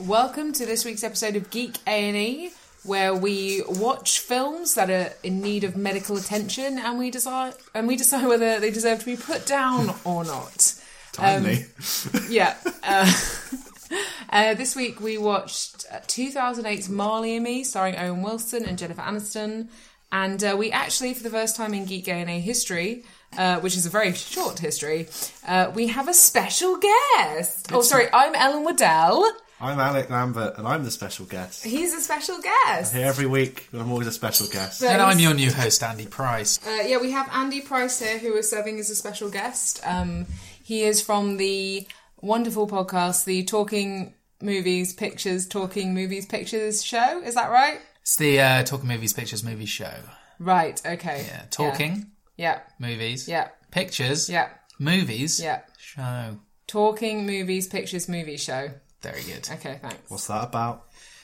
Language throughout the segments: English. Welcome to this week's episode of Geek A&E, where we watch films that are in need of medical attention, and we decide and we decide whether they deserve to be put down or not. Timely. Yeah. Uh, uh, this week we watched uh, 2008's Marley and Me, starring Owen Wilson and Jennifer Aniston. And uh, we actually, for the first time in Geek A&A history, uh, which is a very short history, uh, we have a special guest. Oh, sorry, I'm Ellen Waddell. I'm Alec Lambert, and I'm the special guest. He's a special guest. Here every week, and I'm always a special guest. But And I'm he's- your new host, Andy Price. Uh, yeah, we have Andy Price here, who is serving as a special guest. Um, he is from the wonderful podcast, the Talking Movies Pictures, Talking Movies Pictures show. Is that right? It's the uh, Talking Movies Pictures movie show. Right. Okay. Yeah, talking Yeah. movies. Yeah. Pictures. Yeah. Movies. Yeah. Show. Talking Movies Pictures movie show. Very good. Okay. Thanks. What's that about?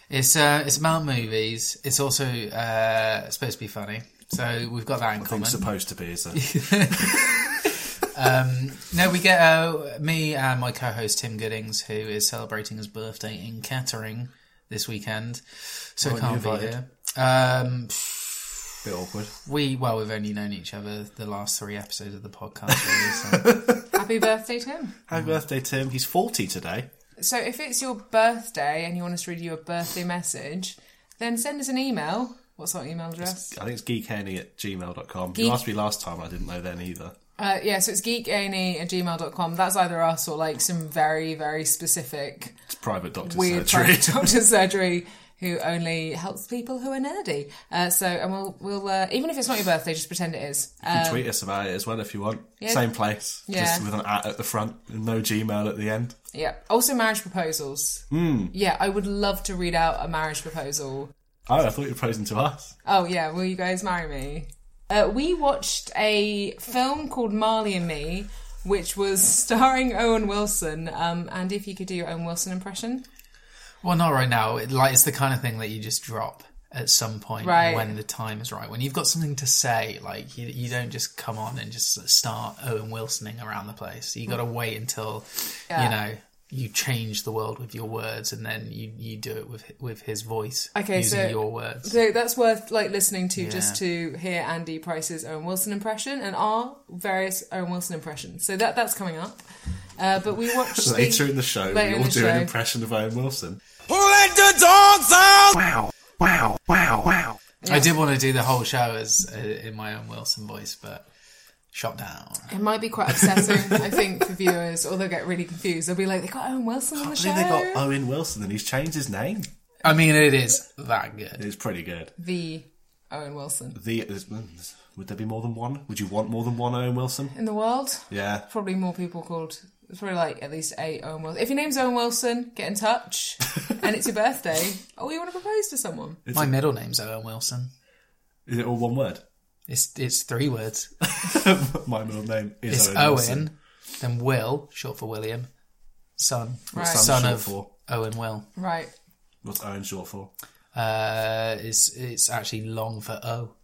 It's uh, it's about movies. It's also uh, supposed to be funny. So we've got that in I'm common. supposed to be, is it? no, we get uh, me and my co-host Tim Goodings, who is celebrating his birthday in Kettering this weekend, so Weren't can't you be invited? here. Um, bit awkward. we well, we've only known each other the last three episodes of the podcast. Really, so. Happy birthday to him. Happy birthday, Tim. He's 40 today. So, if it's your birthday and you want us to read you a birthday message, then send us an email. What's our email address? I think it's geekhenny at gmail.com. Geek- You asked me last time, I didn't know then either. Uh, yeah, so it's geekane at gmail.com. That's either us or like some very, very specific It's private doctor weird surgery. private doctor surgery who only helps people who are nerdy. Uh, so, and we'll, we'll uh, even if it's not your birthday, just pretend it is. You can tweet us about it as well if you want. Same place, Um, Yeah. just with an at at the front and no Gmail at the end. Yeah. Also, marriage proposals. Yeah, I would love to read out a marriage proposal. Oh, I thought you were proposing to us. Oh, yeah, will you guys marry me? Uh, we watched a film called Marley and Me, which was starring Owen Wilson. Um, and if you could do your Owen Wilson impression. Well, not right now. It, like it's the kind of thing that you just drop at some point Right. when the time is right. When you've got something to say, like you, you don't just come on and just start Owen Wilsoning around the place. You got to wait until Mm. Yeah. you know you change the world with your words, and then you, you do it with with his voice. Okay, using so- your words. So that's worth like listening to just Yeah. to hear Andy Price's Owen Wilson impression and our various Owen Wilson impressions. So that that's coming up. Uh, but we watched the- Later in the show, Later in we all the do show. an impression of Owen Wilson. I did want to do the whole show as uh, in my own Wilson voice, but shot down. It might be quite upsetting, I think, for viewers, or they'll get really confused. They'll be like, they got Owen Wilson on the I show. think they got Owen Wilson and he's changed his name. I mean, it is that good. It's pretty good. the Owen Wilson The is- would there be more than one? Would you want more than one Owen Wilson? in the world. Yeah, Probably more people called. There's probably like at least eight Owen Wilson. If your name's Owen Wilson, get in touch, and it's your birthday. Oh, you want to propose to someone? My middle name's Owen Wilson. is it all one word? It's it's three words. My middle name is It's Owen. Owen, Wilson. then Will, short for William, son, Right. Son's son short of for? Owen Will. Right. What's Owen short for? Uh, it's it's actually long for O.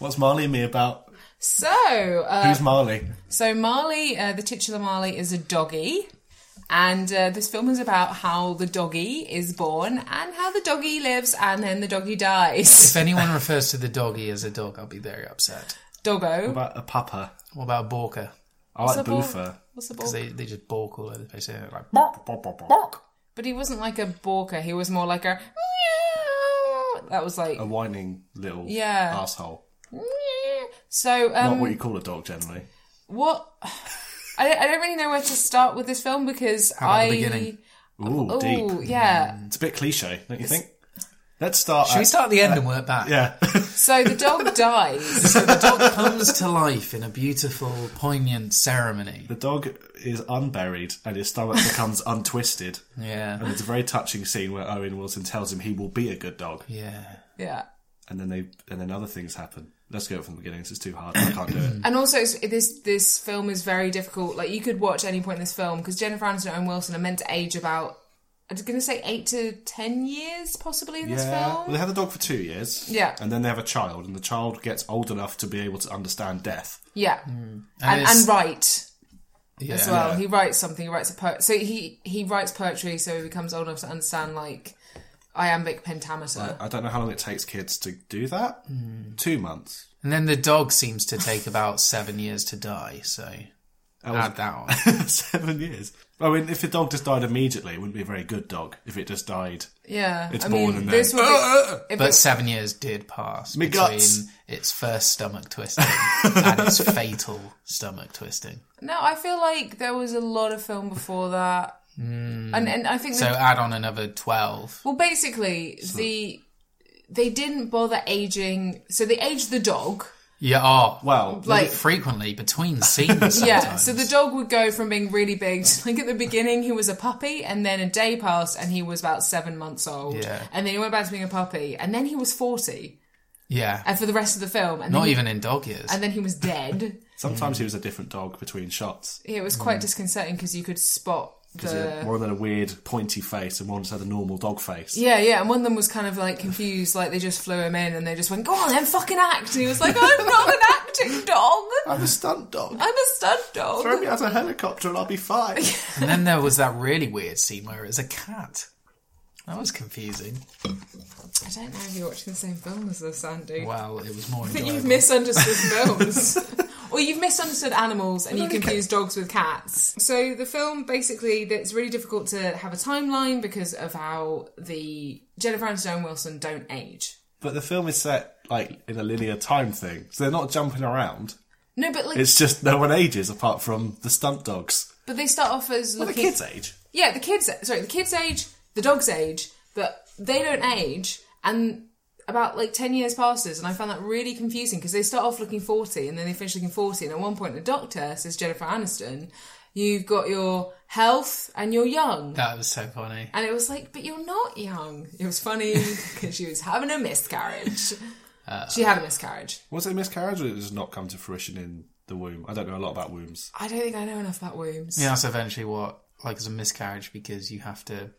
What's Marley and me about? So uh, Who's Marley? So Marley, uh, the titular Marley, is a doggy, and uh, this film is about how the doggy is born and how the doggy lives, and then the doggy dies. If anyone refers to the doggy as a dog, I'll be very upset. Doggo. About a papa. What about a borker? I What's like the ball- Boofer. What's the Because ball? they, they just bork all over the place. They're like bork, bork, bork, bork. But he wasn't like a balker. He was more like a. meow. That was like. A whining little Yeah. asshole. meow. So um, Not what you call a dog generally. what? I don't, I don't really know where to start with this film because about I. the beginning? Ooh, Oh deep. yeah. It's a bit cliche, don't you think? Let's start. Should we at- start at the end and work back? Yeah. So the dog dies. So the dog comes to life in a beautiful, poignant ceremony. the dog is unburied and his stomach becomes untwisted. Yeah. And it's a very touching scene where Owen Wilson tells him he will be a good dog. Yeah. yeah. and then they and then other things happen. Let's go from the beginning. 'cause It's too hard. I can't do it. And also, it's, this this film is very difficult. Like you could watch any point in this film because Jennifer Aniston and Wilson are meant to age about. I was going to say eight to ten years, possibly in this Well, film. they have the dog for two years. Yeah. and then they have a child, and the child gets old enough to be able to understand death. Yeah, and, it's- and right. as Yeah. well. Yeah. He writes something. He writes a po- so he he writes poetry, so he becomes old enough to understand like iambic pentameter. I don't know how long it takes kids to do that. Two months. And then the dog seems to take about seven years to die, so That was- add that on. seven years. I mean, if the dog just died immediately, it wouldn't be a very good dog. If it just died, yeah, It's I born mean and this then- would be, if But it- seven years did pass Me between guts. its first stomach twisting and its fatal stomach twisting. no, I feel like there was a lot of film before that, and and I think So the- add on another twelve. well, basically the they didn't bother aging, so they aged the dog Yeah, oh, well, like. frequently between scenes. Yeah, sometimes. so the dog would go from being really big to like at the beginning he was a puppy, and then a day passed and he was about seven months old. Yeah. And then he went back to being a puppy, and then he was 40 yeah, and for the rest of the film. And not then he, even in dog years. And then he was dead. sometimes he was a different dog between shots. It was Mm. quite disconcerting because you could spot He had the. One had a weird pointy face, and one just had a normal dog face. Yeah, yeah, and one of them was kind of like confused, like they just flew him in and they just went, "Go on, then fucking act." And he was like, "I'm not an acting dog. I'm a stunt dog. I'm a stunt dog." Throw me out of a helicopter, and I'll be fine. And then there was that really weird scene where it was a cat. That was confusing. I don't know if you're watching the same film as us, Andy. Well, it was more But enjoyable. you've misunderstood films. or you've misunderstood animals and you confuse dogs with cats. So the film basically it's really difficult to have a timeline because of how the Jennifer Aniston and Wilson don't age. But the film is set like in a linear time thing, so they're not jumping around. No, but like It's just no one ages apart from the stunt dogs. but they start off as Well, the looking kids age. Yeah, the kids sorry, the kids age, the dogs age, but they don't age and about like 10 years passes and I found that really confusing because they start off looking 40 and then they finish looking 40 and at one point the doctor says Jennifer Aniston you've got your health and you're young that was so funny. and it was like but you're not young it was funny because she was having a miscarriage she had a miscarriage Was it a miscarriage, or did it just not come to fruition in the womb? I don't know a lot about wombs. I don't think I know enough about wombs Yeah, that's eventually what like is a miscarriage because you have to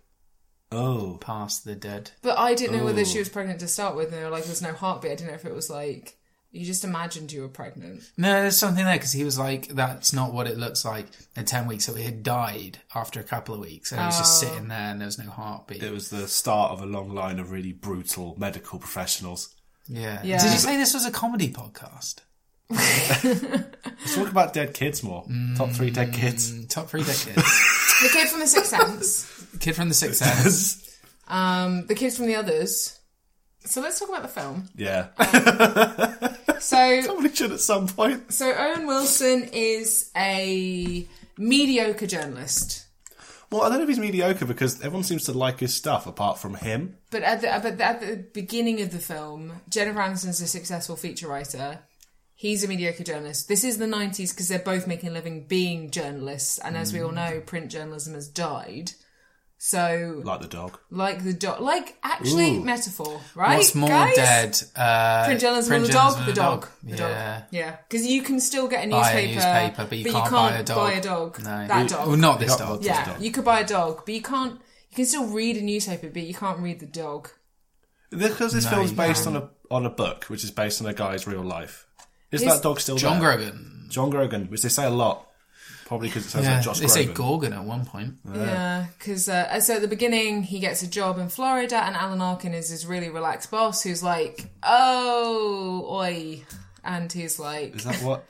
Oh, pass the dead. but I didn't know whether she was pregnant to start with and they were like there's no heartbeat I didn't know if it was like you just imagined you were pregnant No, there's something there because he was like, "That's not what it looks like." In ten weeks, so it had died after a couple of weeks, and it was just Oh. sitting there, and there was no heartbeat. it was the start of a long line of really brutal medical professionals. yeah. Yeah. Did you say this was a comedy podcast? Let's talk about dead kids more. Top three dead kids. Mm, Top three dead kids. The kid from The Sixth Sense. Kid from the Sixth Sense. Um, the kids from The Others. So let's talk about the film. yeah, So, probably should at some point. so Owen Wilson is a mediocre journalist, Well, I don't know if he's mediocre because everyone seems to like his stuff apart from him. but at the but at the beginning of the film, Jennifer Aniston's a successful feature writer. He's a mediocre journalist. This is the '90s because they're both making a living being journalists, and as Mm. we all know, print journalism has died. So, Like the dog. like the dog, like actually Ooh. metaphor, right? What's more guys? dead? Uh, Print journalism print on the dog, journalism the dog, the dog. Yeah. Yeah, because you can still get a newspaper, Buy a newspaper, but you can't buy a dog. No. That We- dog. Well, not this Not dog. this yeah, dog. you could buy a dog, but you can't. You can still read a newspaper, but you can't read the dog. Because this film's you based on a on a book, which is based on a guy's real life. Is His- that dog still John there? Grogan. John Grogan, which they say a lot, probably because it sounds Yeah, like Josh they say Grogan. Gorgon at one point. Yeah, because uh, so at the beginning he gets a job in Florida, and Alan Arkin is his really relaxed boss who's like, "Oh, oi," and he's like, is that what?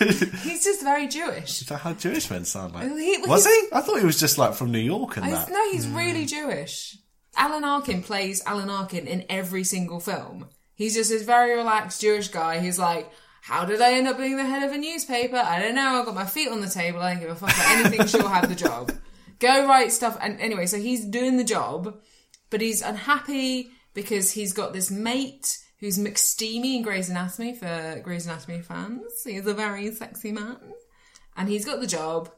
is he's just very Jewish. that how Jewish men sound like? Well, he- well, was he's- he? I thought he was just like from New York and He's- that. no, he's really Jewish. Alan Arkin plays Alan Arkin in every single film. He's just this very relaxed Jewish guy. He's like, how did I end up being the head of a newspaper? I don't know. I've got my feet on the table. I don't give a fuck about anything. She'll have the job. Go write stuff. And anyway, so he's doing the job, but he's unhappy because he's got this mate who's McSteamy in Grey's Anatomy for Grey's Anatomy fans. He's a very sexy man and he's got the job.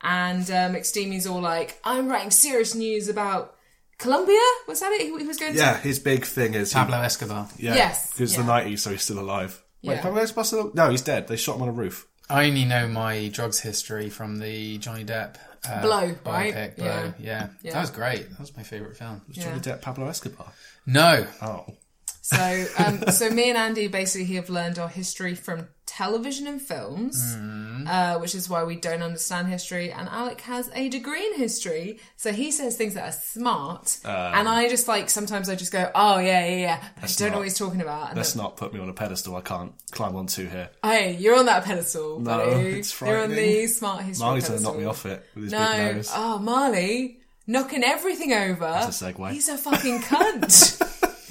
And uh, McSteamy's all like, "I'm writing serious news about Colombia." Was that it? He, he was going Yeah, to his big thing is he- Pablo Escobar. yeah, Yes, because yeah. the nineties, so he's still alive. Wait, Yeah. Pablo Escobar still? No, he's dead. They shot him on a roof. I only know my drugs history from the Johnny Depp uh, Blow, biopic right? Blow. Yeah. Yeah. Yeah. that was great. That was my favorite film. Was Johnny Depp Pablo Escobar? No, Oh, So, um, so me and Andy basically have learned our history from television and films, Mm. uh, which is why we don't understand history. And Alec has a degree in history, so he says things that are smart. Uh. and I just like sometimes I just go, oh yeah, yeah, yeah. But I don't know not- what he's talking about. And Let's not put me on a pedestal I can't climb onto here. then, hey, you're on that pedestal. No, buddy. it's You're on frightening. the smart history. Marley's going to pedestal. knock me off it with his big No. nose. Oh, Marley, knocking everything over. That's a segue. He's a fucking cunt.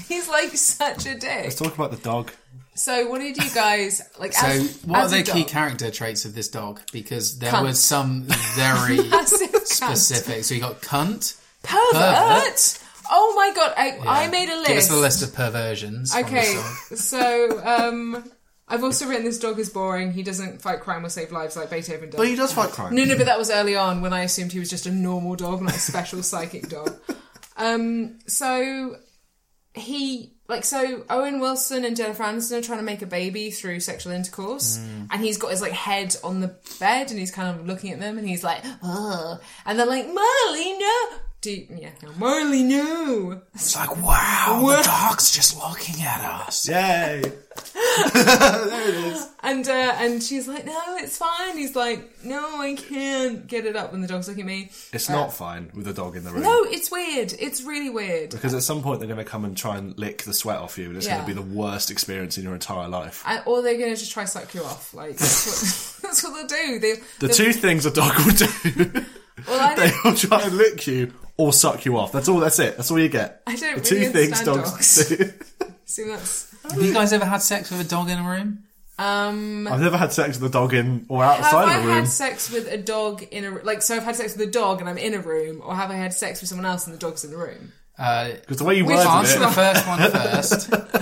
He's like such a dick. Let's talk about the dog. So, what did you guys like? So, as, what as are a the key dog? character traits of this dog? Because there Cunt. were some very Massive cunt. specific. So you got cunt. Pervert? Pervert? Oh my god! I, I made a Give us list. the list of perversions. from this Okay, dog. so um, I've also written this dog is boring. He doesn't fight crime or save lives like Beethoven does. But he does fight crime. No, no, but that was early on when I assumed he was just a normal dog, not a special psychic dog. Um, so he like so Owen Wilson and Jennifer Aniston are trying to make a baby through sexual intercourse, and he's got his like head on the bed and he's kind of looking at them and he's like, Ugh. and they're like, Marley, no, do you, yeah, no, Marley, no. It's like, wow, the dog's just looking at us. Yay! And uh, and she's like, no, it's fine. He's like, no, I can't get it up when the dog's looking at me. It's not fine with a dog in the room. Uh, No, it's weird. It's really weird. Because at some point they're going to come and try and lick the sweat off you, and it's Yeah. going to be the worst experience in your entire life. and, or they're going to just try to suck you off. Like that's what, that's what they'll do. They, The two things a dog will do: well, I they don't, will try and lick you or suck you off. That's all. That's it. That's all you get. I don't the really two things understand dogs. do. see that's Have you guys ever had sex with a dog in a room? um. I've never had sex with a dog in or Have outside I of a room. had sex with a dog in a like? So I've had sex with a dog and I'm in a room, or have I had sex with someone else and the dog's in the room? Uh, Because the way you Which worded answer it, the first one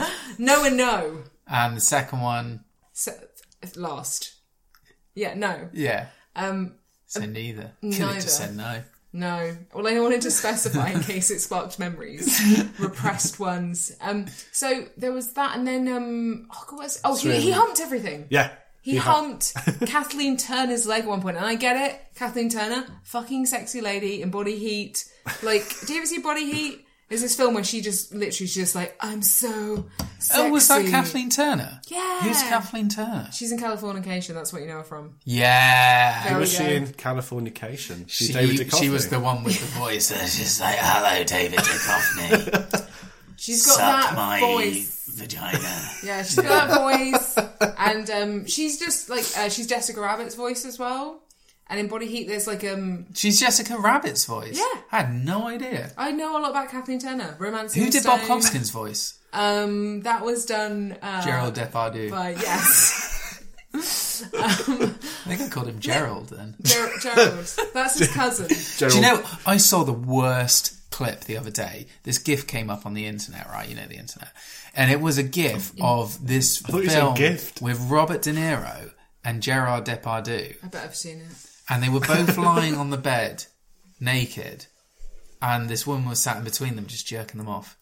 first, No and no. and the second one, So, last. Yeah, no, yeah. um, So neither. Could have neither. just said no. no. Well, I wanted to specify in case it sparked memories, repressed ones. Um, so there was that, and then um, oh, God, what's, oh, he, he humped everything. yeah, He humped Kathleen Turner's leg at one point, and I get it. Kathleen Turner, fucking sexy lady in Body Heat. Like, do you ever see Body Heat? There's this film where she just literally she's just like, I'm so sexy. Oh, was that Kathleen Turner? Yeah. Who's Kathleen Turner? She's in Californication. That's what you know her from. Yeah. There was we she go. in Californication? She's She, David Duchovny. she was the one with the voice that's just like, hello, David Duchovny. She's got Suck that my voice. vagina. Yeah, she's got that voice, and um, she's just like uh, she's Jessica Rabbit's voice as well. And in Body Heat, there's like um, She's Jessica Rabbit's voice. Yeah. I had no idea. I know a lot about Kathleen Turner. Romance. Who did Bob Hoskin's voice? Um, that was done. Uh, Gerald Depardieu. by yes. I think I called him Gerald then. Ger- Gerald. That's his cousin. Do Gerald- you know, I saw the worst clip the other day. This GIF came up on the internet, right? You know the internet. And it was a GIF Oh, of this thought you said film gift. with Robert De Niro and Gerard Depardieu. I bet I've seen it. And they were both lying on the bed, naked. And this woman was sat in between them, just jerking them off.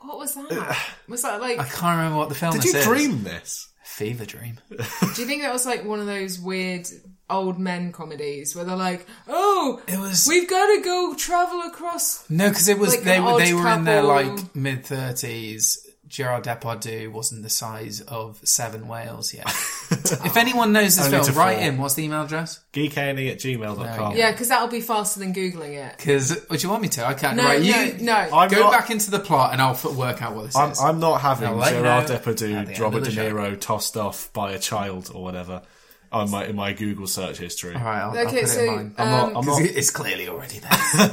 What was that? Was that like? Uh, I can't remember what the film Did this you is. dream this? Fever Dream. Do you think that was like one of those weird old men comedies where they're like, "Oh, It was- we've got to go travel across." No, because it was Like they an were odd they were in their couple. like mid thirties. Gerard Depardieu wasn't the size of Seven Whales yet. if anyone knows this Only film, to write four. in. What's the email address? Geekane at gmail.com. Yeah, because that'll be faster than googling it. Because would oh, you want me to? I can't. No, right, no, you no. I'm go not- back into the plot and I'll f- work out what this I'm, is. I'm not having Now, like, Gerard now, at the Depardieu, end Robert of De the show. Niro tossed off by a child or whatever on my, in my Google search history. All right, I'll, I'll Okay, put so uh, it in mine. I'm not. I'm 'Cause not. it- it's clearly already there.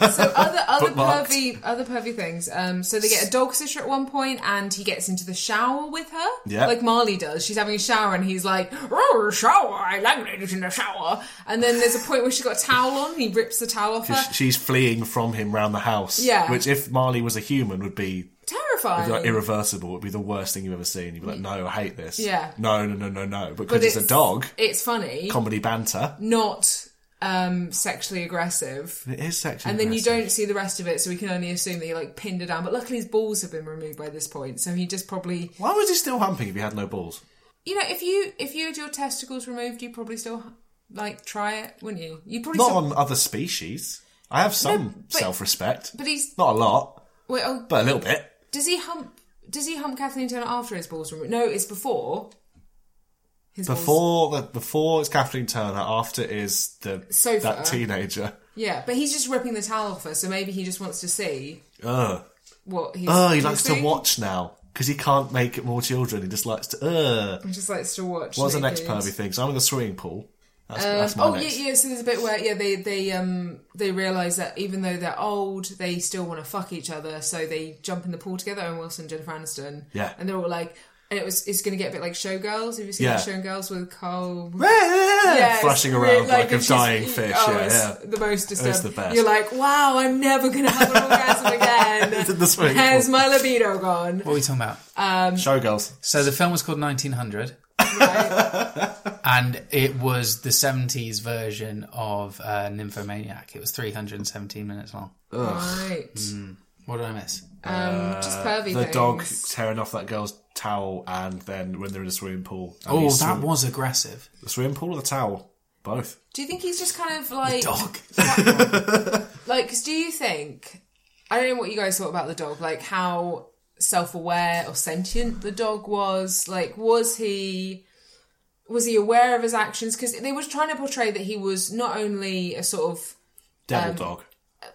So other other Bookmarked. pervy other pervy things. Um, so they get a dog sitter at one point, and he gets into the shower with her. Yeah. like Marley does. She's having a shower, and he's like, "Oh, shower! I like ladies in the shower." And then there's a point where she's got a towel on. And he rips the towel off her. Sh- She's fleeing from him round the house. Yeah. Which, if Marley was a human, would be Terrifying. like, irreversible. Would be the worst thing you've ever seen. You'd be like, no, I hate this. Yeah. No, no, no, no, no. But because it's, a dog, It's funny, comedy banter. not um, sexually aggressive. It is sexually. And then you aggressive. don't see the rest of it, so we can only assume that he like pinned her down. But luckily, his balls have been removed by this point, so he just probably, Why was he still humping if he had no balls? you know, if you if you had your testicles removed, you would probably still like try it, wouldn't you? You'd probably Not still, on other species. I have some but- self-respect. But he's Not a lot, wait. Oh, but a little bit. does he hump? Does he hump Kathleen Turner after his balls were removed? No, it's before. His voice- Before the before it's Kathleen Turner. After is the Sofa. that teenager. yeah, but he's just ripping the towel off her, so maybe he just wants to see Ugh. what he's. Oh, he likes to see? watch now because he can't make it more children. He just likes to. Ugh. He just likes to watch. What's the next naked. pervy thing? So I'm in the swimming pool. That's, Um, that's my oh next. yeah, yeah. So there's a bit where yeah they they um they realize that even though they're old, they still want to fuck each other. So they jump in the pool together. Owen Wilson, Jennifer Aniston. Yeah. and they're all like, and it was it's going to get a bit like Showgirls. Have you seen Yeah. Showgirls with Cole? yeah, it's flashing really- around like, if a she's- dying fish. oh, yeah, it's yeah. The most disturbing. the best. You're like, wow, I'm never gonna have an orgasm again. It's in the swimming Has pool. my libido gone? What are we talking about? Uh, Showgirls. So the film was called 1900, Right? and it was the 70s version of uh, Nymphomaniac. It was 317 minutes long. right. What did I miss? Um, just pervy The things. dog tearing off that girl's towel, and then when they're in the swimming pool. and Oh, he's that swim- was aggressive. the swimming pool or the towel? Both. Do you think he's just kind of like Dog. like? 'cause do you think? I don't know what you guys thought about the dog. Like how self-aware or sentient the dog was. Like was he? Was he aware of his actions? Because they were trying to portray that he was not only a sort of Devil Um, dog.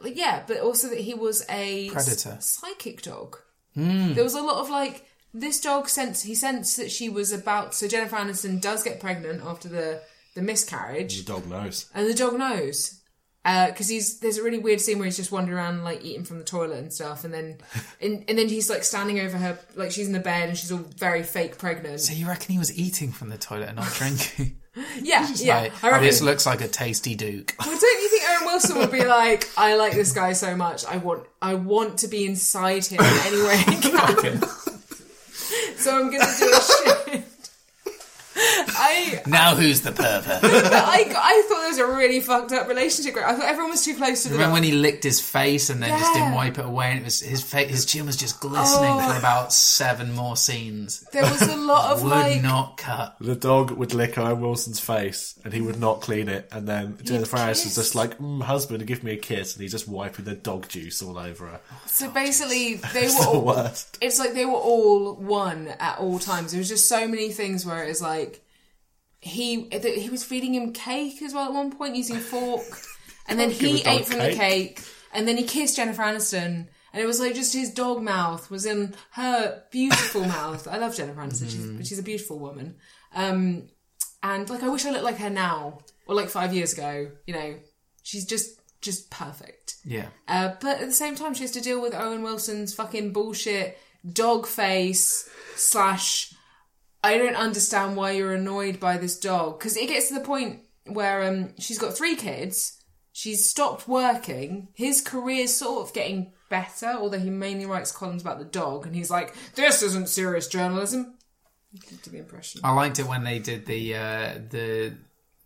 Like, yeah, but also that he was a s- Predator. Hmm. psychic dog. There was a lot of like this dog sensed he sensed that she was about. So Jennifer Aniston does get pregnant after the the miscarriage, The dog knows. and the dog knows because he's there's a really weird scene where he's just wandering around like eating from the toilet and stuff, and then and, and then he's like standing over her like she's in the bed and she's all very fake pregnant. So you reckon he was eating from the toilet and not drinking? yeah, yeah. Like, I oh, reckon this looks like a tasty Duke. Well, don't you think Owen Wilson would be like, I like this guy so much, I want, I want to be inside him in any way I can. so I'm gonna do a shit. I, now who's the pervert? but I, I thought there was a really fucked up relationship. I thought everyone was too close to the. Remember when he licked his face and then just didn't Yeah. wipe it away, and it was his fa- his chin was just glistening for about seven more scenes. There was a lot of Would like, not cut. The dog would lick Owen Wilson's face, and he would not clean it. And then Jennifer Aniston's kiss. just like, mm, "Husband, give me a kiss," and he's just wiping the dog juice all over her. so basically they It's were. the All, worst. it's like they were all one at all times. There was just so many things where it was like he th- he was feeding him cake as well at one point using a fork, and then give he a dog ate from the cake. cake, and then he kissed Jennifer Aniston, and it was like just his dog mouth was in her beautiful mouth. I love Jennifer Aniston; she's she's a beautiful woman. Um, and like I wish I looked like her now or like five years ago. You know, she's just just perfect. Yeah. Uh, but at the same time, she has to deal with Owen Wilson's fucking bullshit dog face slash. I don't understand why you're annoyed by this dog because it gets to the point where um, she's got three kids. She's stopped working. His career's sort of getting better, although he mainly writes columns about the dog, and he's like, "This isn't serious journalism." Do the Uh, impression. I liked it when they did the uh, the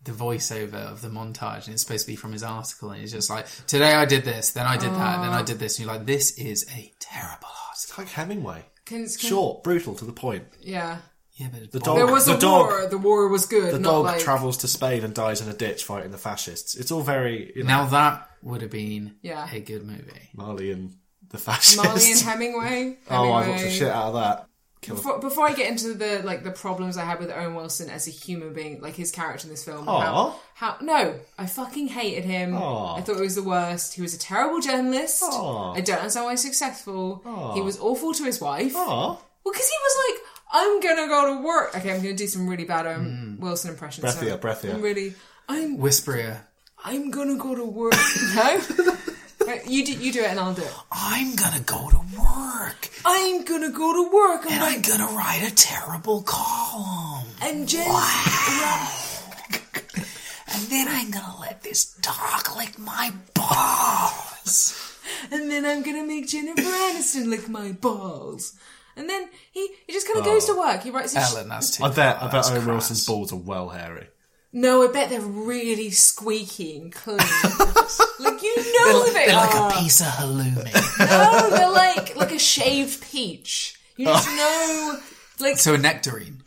the voiceover of the montage, and it's supposed to be from his article, and he's just like, "Today I did this, then I did that, then I Oh. did this," and you're like, "This is a terrible article." It's like Hemingway. Can, can, Short, brutal, to the point. Yeah. Yeah, but it's The boring. There dog- was the a dog- war. The war was good. The not dog like- travels to Spain and dies in a ditch fighting the fascists. It's all very you know, Now that would have been Yeah. a good movie. Marley and the fascists. Marley and Hemingway. oh, I watched Hemingway. the shit out of that. Kill Before, before I get into the like the problems I had with Owen Wilson as a human being, like his character in this film, how, Aw. how no, I fucking hated him. Aw. I thought he was the worst. He was a terrible journalist. Aw. I don't understand why he's successful. He was awful to his wife. Aw. Well, because he was like, I'm gonna go to work. Okay, I'm gonna do some really bad Owen Wilson impressions. Hmm. Breathier, so breathier. I'm really, I'm Whisperer, I'm gonna go to work. no, Right, you do you do it and I'll do it. I'm gonna go to work, I'm gonna go to work. I'm and like, I'm gonna write a terrible column, and Jen. and then I'm gonna let this dog lick my balls. and then I'm gonna make Jennifer Aniston lick my balls. And then he, he just kind of goes to work. He writes his. Oh, Ellen, that's too. I bet I far. bet That's Owen crass. Wilson's balls are well hairy. no, I bet they're really squeaky and clean. like you know they They're like are. a piece of halloumi. no, they're like like a shaved peach. You just know. Like, Oh. so a nectarine.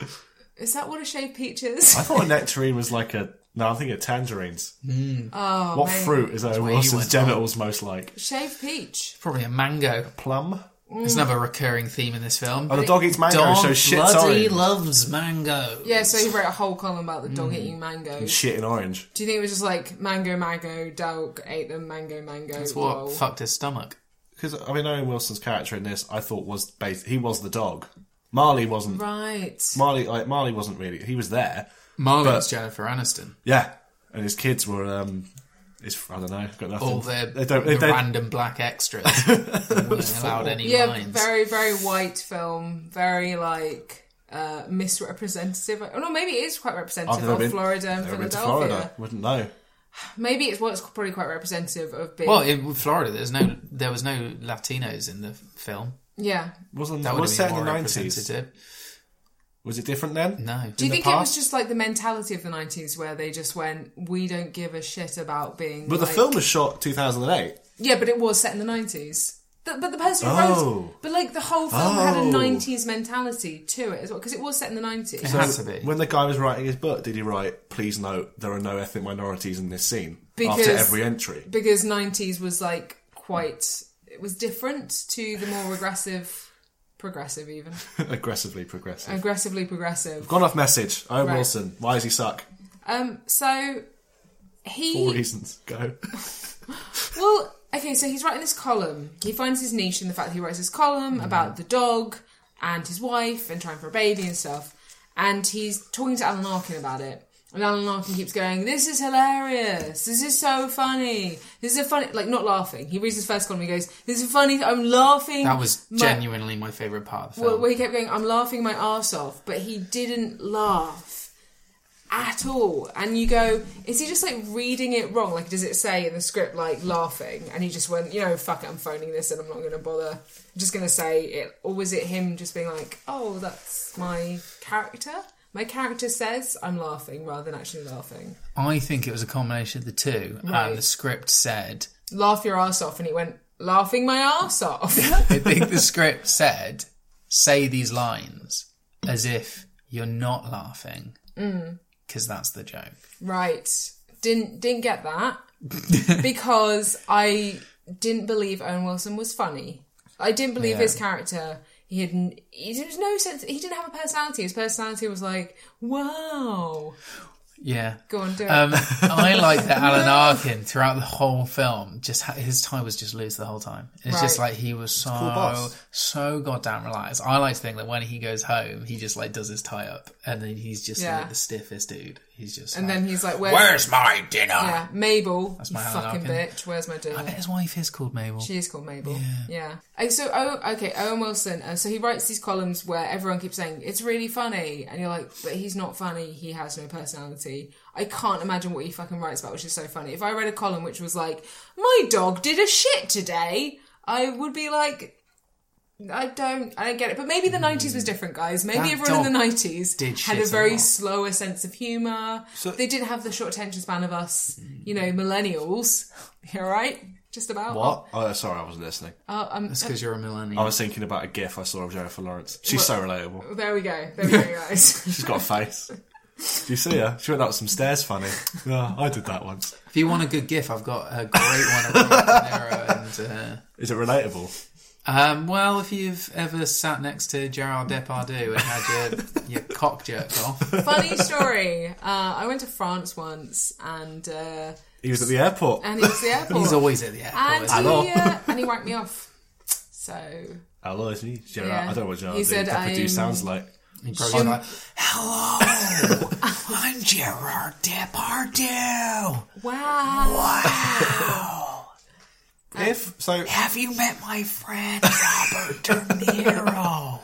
is that what a shaved peach is? I thought a nectarine was like a. No, I'm thinking of tangerines. what Mm. mate. fruit is Owen where you Wilson's went wrong. genitals most like? shaved peach. Probably a mango. Plum? There's another recurring theme in this film. Oh, the dog eats mango, Dog so shit's bloody orange. loves mango. Yeah, so he wrote a whole column about the dog Mm. eating mangoes. Shit in orange. Do you think it was just like mango, mango, dog ate them, mango, mango? That's what lol. fucked his stomach. Because I mean, Owen Wilson's character in this, I thought was based. He was the dog. Marley wasn't. Right. Marley like Marley wasn't really. He was there. Marlon's Jennifer Aniston. Yeah, and his kids were. um his, I don't know. Got nothing. All the, Oh, they don't. the They, they, random black extras. They weren't allowed any Yeah, lines. very, very white film. Very like uh, misrepresentative. Oh no, maybe it is quite I've representative never of been- Florida and never been to Philadelphia. Florida. Wouldn't know. Maybe it's what's probably quite representative of being. Well, in Florida, there's no, there was no Latinos in the film. yeah. Wasn't That that would was have been set in more the nineties? representative. Was it different then? No, Do you the think it was past? just like the mentality of the 90s where they just went, we don't give a shit about being. But the like- film was shot 2008. Yeah, but it was set in the 90s. The, but the person who Oh. wrote. But like the whole film had a Oh. 90s mentality to it as well, because it was set in the 90s. it had to be. When the guy was writing his book, did he write, "Please note there are no ethnic minorities in this scene" Because- after every entry? because 90s was like quite it was different to the more regressive progressive even Aggressively progressive. aggressively progressive Gone off message. Owen Right. Wilson. Why does he suck? um so All he reasons. Go. well okay so he's writing this column he finds his niche in the fact that he writes this Mm-hmm. column about the dog and his wife and trying for a baby and stuff and he's talking to alan larkin about it and alan larkin keeps going this is hilarious this is so funny this is a funny like not laughing he reads his first column and he goes this is funny i'm laughing that was My- genuinely my favorite part of the Well, film. where he kept going, I'm laughing my arse off, but he didn't laugh at all. And you go, is he just like reading it wrong? Like, does it say in the script, like, laughing? And he just went, you know, fuck it, I'm phoning this and I'm not going to bother. I'm just going to say it. Or was it him just being like, oh, that's my character? My character says I'm laughing rather than actually laughing. I think it was a combination of the two, Right. and the script said. Laugh your arse off. And he went, laughing my arse off. I think the script said, "Say these lines as if you're not laughing, Mm. because that's the joke." Right. Didn't didn't get that because I didn't believe Owen Wilson was funny. I didn't believe his character. He had n- he there was no sense. He didn't have a personality. His personality was like, wow. Yeah. Go on, do it. Um, I like that Alan Arkin throughout the whole film. Just ha- his tie was just loose the whole time. It's just Right. like he was so boss. so goddamn relaxed. I like to think that when he goes home, he just like does his tie up, and then he's just Yeah. like the stiffest dude. He's just and like, then he's like, where's, where's my dinner? yeah, Mabel? you my Alan fucking Arkin. bitch. Where's my dinner? I bet his wife is called Mabel. She is called Mabel. Yeah. Uh, So, oh, okay, Owen Wilson. Uh, so he writes these columns where everyone keeps saying it's really funny, and you're like, but he's not funny. He has no personality. I can't imagine what he fucking writes about, which is so funny. If I read a column which was like, my dog did a shit today, I would be like. I don't, I don't get it. But maybe the '90s was different, guys. Maybe Hmm. That everyone in the dog '90s did had a shit a very lot. slower sense of humor. they didn't have the short attention span of us, you know, Hmm. millennials. All right, just about. What? Oh, sorry, I wasn't listening. Oh, um, It's because you're a millennial. I was thinking about a gif I saw of Jennifer Lawrence. She's so relatable. There we go. There we go, guys. She's got a face. Do you see her? She went up some stairs funny. Yeah, I did that once. If you want a good gif, I've got a great one of Robert De Niro and. Uh, Is it relatable? Um, well, if you've ever sat next to Gerard Depardieu and had your, your cock jerked off, Funny story. Uh, I went to France once, and uh, He was at the airport. and it was the airport, he's always at the airport. and isn't Hello. he uh, and he whacked me off. So Hello, it's me, Gerard. Yeah. I don't know what Gerard He he said, I'm- sounds like. he? He's probably like, "Hello, I'm Gerard Depardieu. wow, Wow, if so, have you met my friend Robert De Niro?"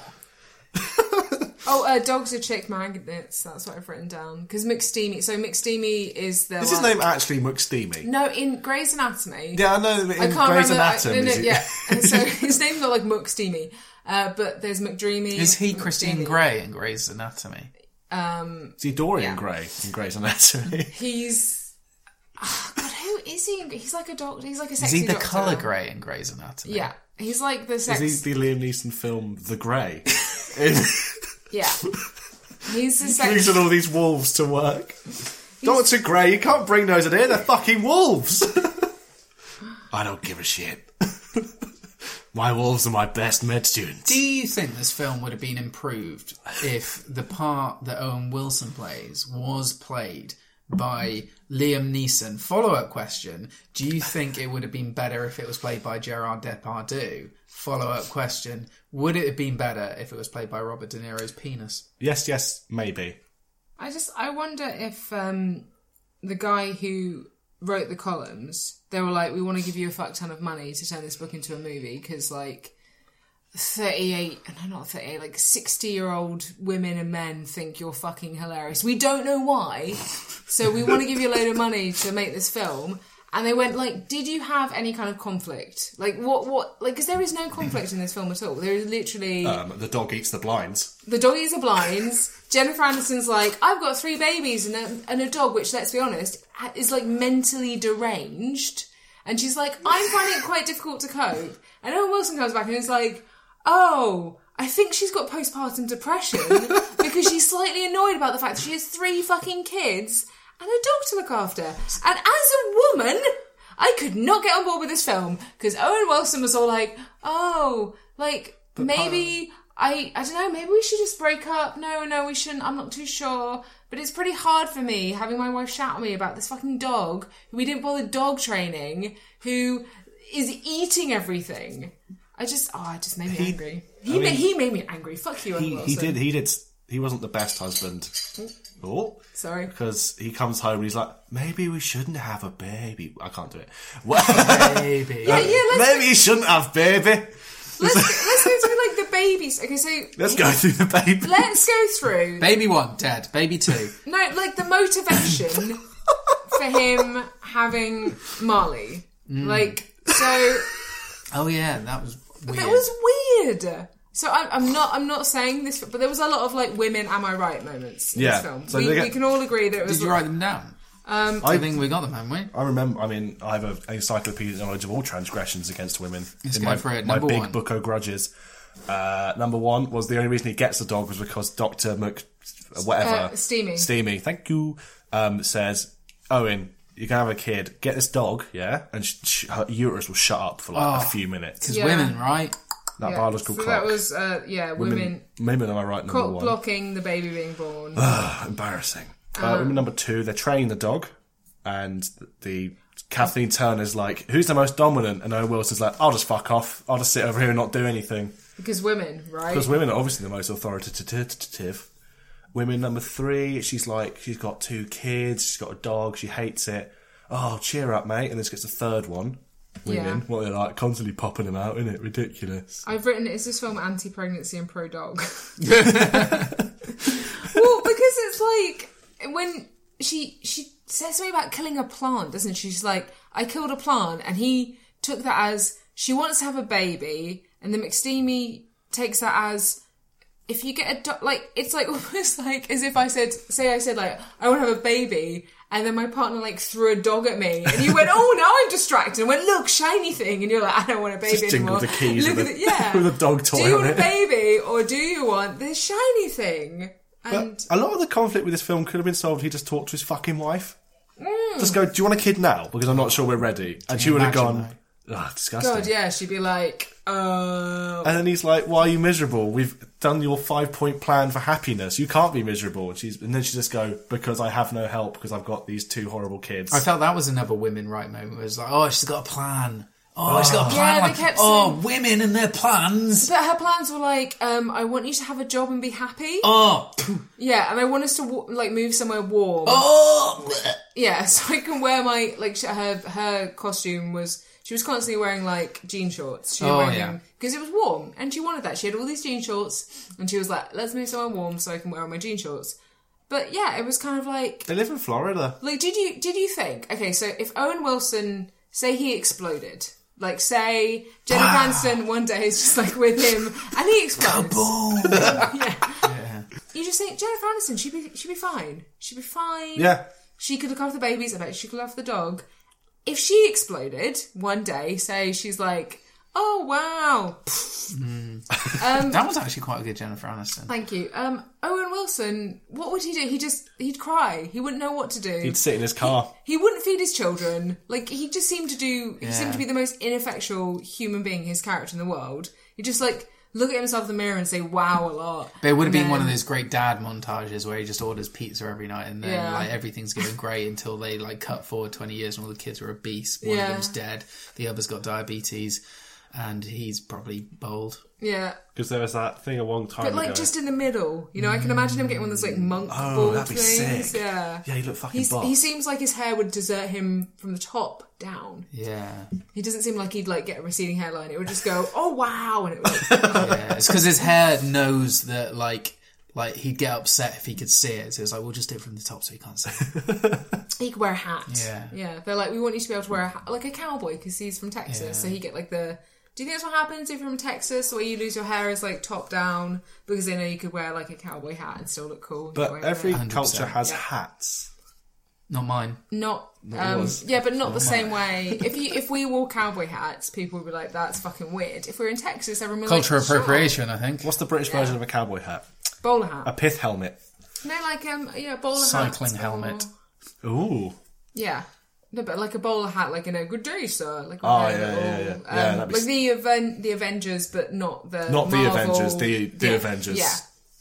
Oh, uh, dogs are chick magnets. That's what I've written down. Because McSteamy. So McSteamy is the. is his one- name actually McSteamy? No, in Grey's Anatomy. Yeah, I know. But I in can't Grey's remember. I- Anatomy, no, no, is it- yeah. so his name's not like McSteamy, uh, but there's McDreamy. Is he Christine McSteamy. Grey in Grey's Anatomy? is he Dorian Gray in Grey's Anatomy? He's. Ah, God, who is he? He's like a doctor. He's like a Is sexy he the doctor. colour grey in Grey's Anatomy? Yeah, he's like the sex. is he the Liam Neeson film The Grey? In- Yeah, he's the sex. using all these wolves to work. Doctor Grey, you can't bring those in here. They're fucking wolves. I don't give a shit. My wolves are my best med students. Do you think this film would have been improved if the part that Owen Wilson plays was played by Liam Neeson? Follow up question Do you think it would have been better if it was played by Gerard Depardieu? Follow up question Would it have been better if it was played by Robert De Niro's penis? Yes, yes, maybe. I just I wonder if um, the guy who wrote the columns they were like, we want to give you a fuck ton of money to turn this book into a movie because like. 38 no not 38 like 60 year old women and men think you're fucking hilarious we don't know why so we want to give you a load of money to make this film and they went like did you have any kind of conflict like what what like because there is no conflict in this film at all there is literally Um, the dog eats the blinds. the doggies are blinds. Jennifer Anderson's like, I've got three babies and a, and a dog, which, let's be honest, ha- is like mentally deranged. And she's like, I'm finding it quite difficult to cope. And Owen Wilson comes back and is like, Oh, I think she's got postpartum depression because she's slightly annoyed about the fact that she has three fucking kids and a dog to look after. And as a woman, I could not get on board with this film because Owen Wilson was all like, Oh, like maybe. I, I don't know, maybe we should just break up. No, no, we shouldn't. I'm not too sure. But it's pretty hard for me having my wife shout at me about this fucking dog who we didn't bother dog training, who is eating everything. I just, oh, it just made me angry. He, ma- mean- he made me angry. Fuck you, Owen He, he Wilson. did. He did. He wasn't the best husband. Oh, Sorry. because he comes home and he's like, maybe we shouldn't have a baby. I can't do it. Well, Maybe. Yeah, yeah, let's, maybe you shouldn't have baby. let's, let's go through like the babies. Okay, so Let's go through the baby. let's go through Baby one, dead. Baby two. No, like the motivation for him having Marley. Mm. Like, so Oh, yeah, that was weird. that was weird. So I'm, I'm not, I'm not saying this, but there was a lot of like women, am I right moments in Yeah, this film. so we, they get- we can all agree that it was. Did you write them down? um, I think we got them, haven't we? I remember. I mean, I have an encyclopedic knowledge of all transgressions against women in go my, for it. my Number big one. book of grudges. Uh, number one was the only reason he gets the dog was because Doctor Mc, whatever Uh, Steamy. Steamy, thank you, um, says Owen, you can have a kid. Get this dog, yeah, and sh- sh- her uterus will shut up for like a Oh. few minutes. Because Yeah. women, right? That yeah. biological so clock. that was, uh, yeah, women, women, women am I right? Number clock one, blocking the baby being born. embarrassing. Uh, women number two, they're training the dog, and the Kathleen Turner's like, "Who's the most dominant?" And Owen Wilson's like, "I'll just fuck off. I'll just sit over here and not do anything." because women, right? Because women are obviously the most authoritative. Women number three, she's like, she's got two kids, she's got a dog, she hates it. Oh, cheer up, mate! And this gets a third one. Women, Yeah. what they're like, constantly popping them out, isn't it? Ridiculous. I've written, is this film anti pregnancy and pro dog? well, because it's like when she she says something about killing a plant, doesn't she? She's like, I killed a plant, and he took that as she wants to have a baby, and the McSteamy takes that as if you get a dog, like it's like almost like as if I said, say I said like I want to have a baby, and then my partner like threw a dog at me, and you went, oh now I'm distracted, and went look shiny thing, and you're like I don't want a baby Just jingle anymore. the keys Look with at a- the- yeah, with a dog Do toy you on want a it. baby or do you want this shiny thing? And a lot of the conflict with this film could have been solved. He just talked to his fucking wife. Hmm. Just go. Do you want a kid now? Because I'm not sure we're ready. And she would have imagine gone. Ah, disgusting. God, yeah, she'd be like, uh, And then he's like, "Why are you miserable? We've done your five point plan for happiness. You can't be miserable." And she's, and then she just go, "Because I have no help. Because I've got these two horrible kids." I felt that was another women right moment. It was like, oh, she's got a plan. Oh, she's got a plan. Yeah, they Like, kept oh, women and their plans. but her plans were like, um, I want you to have a job and be happy. Oh, Yeah, and I want us to wa- like move somewhere warm. oh. bleh. Yeah, so I can wear my like sh- her her costume was she was constantly wearing like jean shorts. She Oh, yeah. because it was warm and she wanted that. She had all these jean shorts and she was like, let's move somewhere warm so I can wear my jean shorts. But yeah, it was kind of like they live in Florida. Like, did you did you think? Okay, so if Owen Wilson say he exploded, like say Jennifer Wow. Aniston one day is just like with him and he explodes. yeah. You just think Jennifer Aniston, she'd be she'd be fine. She'd be fine. Yeah, She could look after the babies. I bet she could look after the dog. If she exploded one day, say she's like, Oh wow! um, That was actually quite a good Jennifer Aniston. thank you. Um, Owen Wilson, what would he do? He just he'd cry. He wouldn't know what to do. He'd sit in his car. he wouldn't feed his children. Like he just seemed to do. He seemed Yeah. to be the most ineffectual human being, his character in the world. He just like look at himself in the mirror and say "wow" a lot. But it would have been And one of then- those great dad montages where he just orders pizza every night and then Yeah. like everything's going great until they like cut forward twenty years and all the kids are obese. One Yeah. of them's dead, the other's got diabetes, and he's probably bald. Yeah, Because there was that thing a long time but like ago. just in the middle. You know, I can imagine him getting one of those like monk Oh, bald that'd be things. sick. Yeah, Yeah, he looked fucking He's, buff. he seems like his hair would desert him from the top down. Yeah, He doesn't seem like he'd like get a receding hairline. It would just go, oh wow, and it would. yeah. it's because his hair knows that like like he'd get upset if he could see it. So it's like we'll just do it from the top so he can't see. It. he could wear a hat. Yeah. yeah. They're like, we want you to be able to wear a hat, like a cowboy, because he's from Texas. Yeah. So he get like the. Do you think that's what happens if you're from Texas, where you lose your hair is like top down because they know you could wear like a cowboy hat and still look cool? and but wear every it. culture 100%. has Yeah. hats. Not mine. not, it um, was. yeah, but not the same way. If you if we wore cowboy hats, people would be like, "That's fucking weird." If we we're in Texas, everyone was Cultural like, "Shut up, appropriation, I think. What's the British version of a cowboy hat? bowler A hat, pith helmet. no, like um, yeah, bowler hat, Cycling helmet. Ooh. Yeah. No, but like a bowler hat, like in a good day, sir. Like a Oh, hat, yeah, or, yeah, yeah. Um, Yeah, that'd be like s- the Aven- the Avengers, but not the Not the Marvel- Avengers, the- the Avengers. Yeah,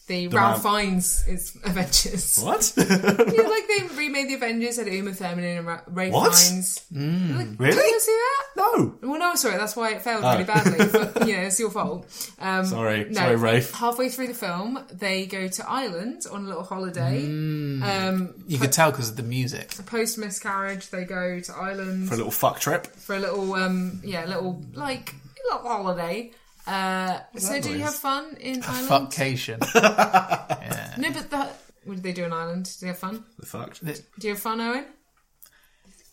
the, Ralph man- Fiennes is Avengers. What? yeah, like they remade the Avengers had Uma Thurman and Ra- Ralph What? Hmm, Fiennes. Like, Did really? you see that? No. Well, no, sorry, that's why it failed really badly. But, yeah, it's your fault. Um, Sorry. Sorry, Rafe. Halfway through the film, they go to Ireland on a little holiday. Hmm. Um, You could tell because of the music. post miscarriage, they go to Ireland For a little fuck trip. for a little um yeah little like little holiday uh so did you noise? have fun in Ah, ireland Fuckcation. yeah. no but that what did they do in ireland did they have fun The fuck. do you have fun owen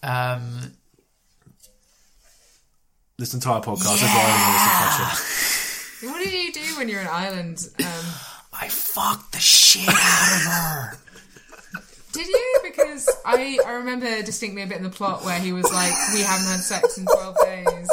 Um, This entire podcast is Ryan Wilson impression. what did you do when you're in ireland um I fucked the shit out of her. did you because i i remember distinctly a bit in the plot where he was like we haven't had sex in 12 days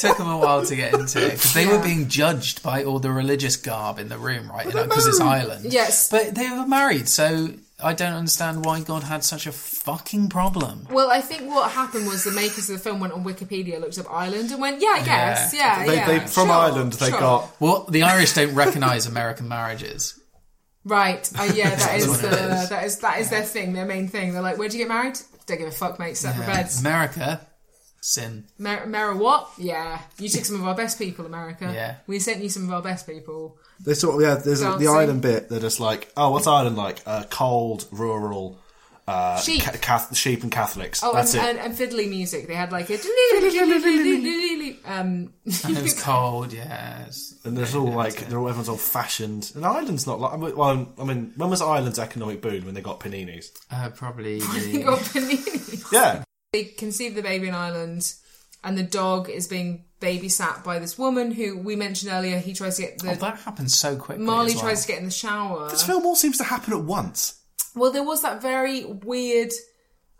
Took them a while to get into it because they were being judged by all the religious garb in the room, right? Because it's Ireland. Yes. But they were married, so I don't understand why God had such a fucking problem. well i think what happened was the makers of the film went on wikipedia looked up ireland and went yeah i guess yeah yeah, They, they, from sure, Ireland, they sure." got Well, the Irish don't recognise American marriages. Right. Uh, yeah, that is what the it is. that is that is their thing, their main thing. They're like, where'd you get married? Don't give a fuck, mate. Separate beds. Uh, America, sin. Mer- Mara, what? Yeah, you took some of our best people, America. Yeah. we sent you some of our best people. They sort of yeah. There's a, the Dancing. island bit. They're just like, oh, what's Ireland like? Uh, cold, rural, uh, Sheep. ca- cath- sheep and Catholics. Oh, That's and, it. and, and fiddly music. They had like a um. And it was cold, yes. And there's all like, they're all everyone's all fashioned. And Ireland's not like. I mean, well, I mean, when was Ireland's economic boom when they got paninis? Uh, probably. got Panini. Yeah, they conceive the baby in Ireland, and the dog is being babysat by this woman who we mentioned earlier. He tries to get the Oh, that happened so quickly. Marley as well. tries to get in the shower. this film all seems to happen at once. Well, there was that very weird.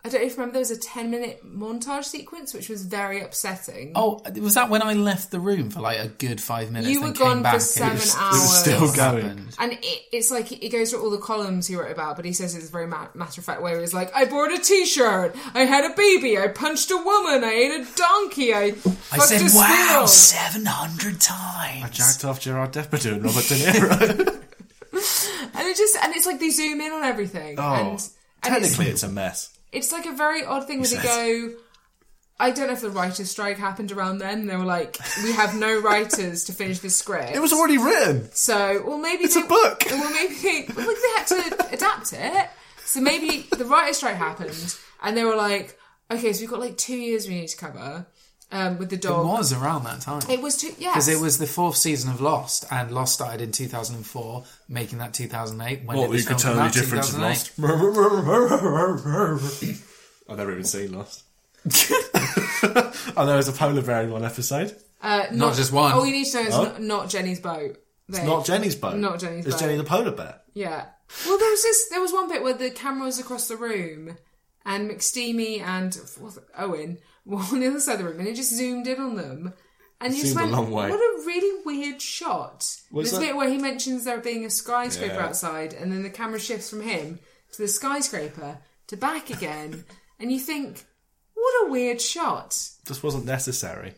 I don't know if you remember. There was a ten-minute montage sequence, which was very upsetting. Oh, was that when I left the room for like a good five minutes? You then were came gone back for seven and it was- hours. still going. happened? And it, it's like it goes through all the columns he wrote about, but he says it's a very ma- matter of fact way. Where he's like, "I bought a T-shirt, I had a baby, I punched a woman, I ate a donkey, I, I fucked said, a "Wow, squirrel." seven hundred times." I jacked off Gerard Depardieu and Robert De Niro. And it just and it's like they zoom in on everything. oh, and, and it's- technically, it's a mess. it's like a very odd thing where they says. go. I don't know if the writer's strike happened around then. They were like, "We have no writers to finish this script." It was already written. So, well, maybe It's they, a book. Well, maybe they, well, like they had to adapt it. So maybe the writer's strike happened, and they were like, "Okay, so we've got like two years we need to cover um, with the It dog." was around that time It was two, yeah. because it was the fourth season of Lost, and Lost started in two thousand and four, making that two thousand eight. When it What was you could filmed tell the in that difference in 2008. Lost. I've never even seen Lost. oh, there was a polar bear in one episode. uh, not, just one. All you need to know is not, not Jenny's boat. They- Not Jenny's boat. Not Jenny's It's boat. Jenny the polar bear. Yeah. Well, there was this. There was one bit where the camera was across the room, and McSteamy and what's it, Owen were on the other side of the room, and it just zoomed in on them. And you just Zoomed a went, long way. what a really weird shot. Was There's a that- bit where he mentions there being a skyscraper Yeah. outside, and then the camera shifts from him to the skyscraper to back again, and you think, what a weird shot. Just wasn't necessary.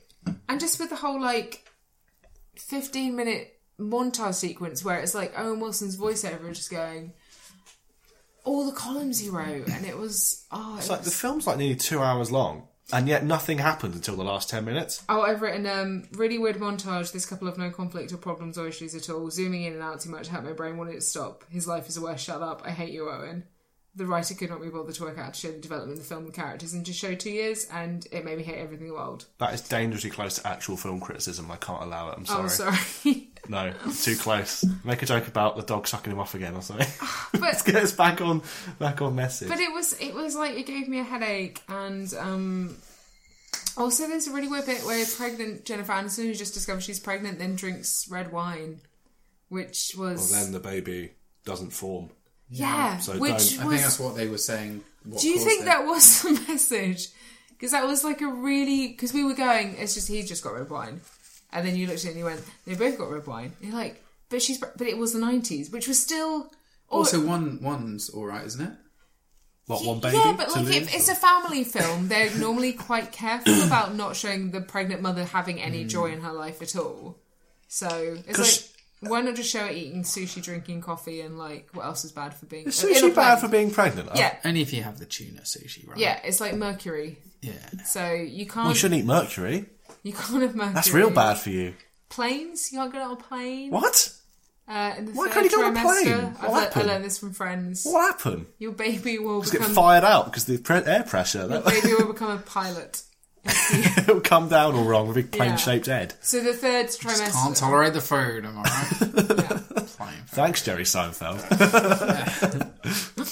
And just with the whole like 15 minute montage sequence where it's like Owen Wilson's voiceover just going, all the columns he wrote, and it was, oh, it It's like the was- film's like nearly two hours long, and yet nothing happens until the last ten minutes. Oh, I've written um really weird montage. This couple of no conflict or problems or issues at all. Zooming in and out too much hurt my brain. Wanted it to stop. His life is a worse. Shut up. I hate you, Owen. The writer could not be bothered to work out to show the development of the film, the characters, and just show two years, and it made me hate everything in the world. That is dangerously close to actual film criticism. I can't allow it. I'm sorry. I'm Oh, sorry, No, it's too close. Make a joke about the dog sucking him off again or something. but Get us back on, back on message. But it was it was like it gave me a headache, and um, also there's a really weird bit where pregnant Jennifer Aniston, who just discovers she's pregnant, then drinks red wine, which was then the baby doesn't form. yeah, so which don't- I think was. that's what they were saying. what Do you caused think it. that was the message? Because that was like a really because we were going. It's just he's just got red wine, and then you looked at it and you went, they both got red wine. And you're like, but she's pre- but it was the nineties, which was still. Also, one one's all right, isn't it? What one baby? Yeah, but to like lose? if it's a family film, they're normally quite careful about not showing the pregnant mother having Hmm. any joy in her life at all. So it's 'Cause- like, why not just show her eating sushi, drinking coffee, and like what else is bad for being? Is in a sushi bad plane? for being pregnant? Yeah, Only if you have the tuna sushi, right? yeah, it's like mercury. Yeah. So you Oh, you can't shouldn't eat mercury. you can't have mercury. That's real bad for you. Planes, you can't get on a plane. What? Uh, in the Why third can't you go on a trimester. plane? I've What lear- I happened? learned this from friends. What happened? Your baby will Just get become fired out because the pre- air pressure. That, baby will become a pilot. it'll come down all wrong with a big plane shaped head. So the third Just can't trimester. tolerate the food. Am I right? Fine. Thanks, Jerry Seinfeld.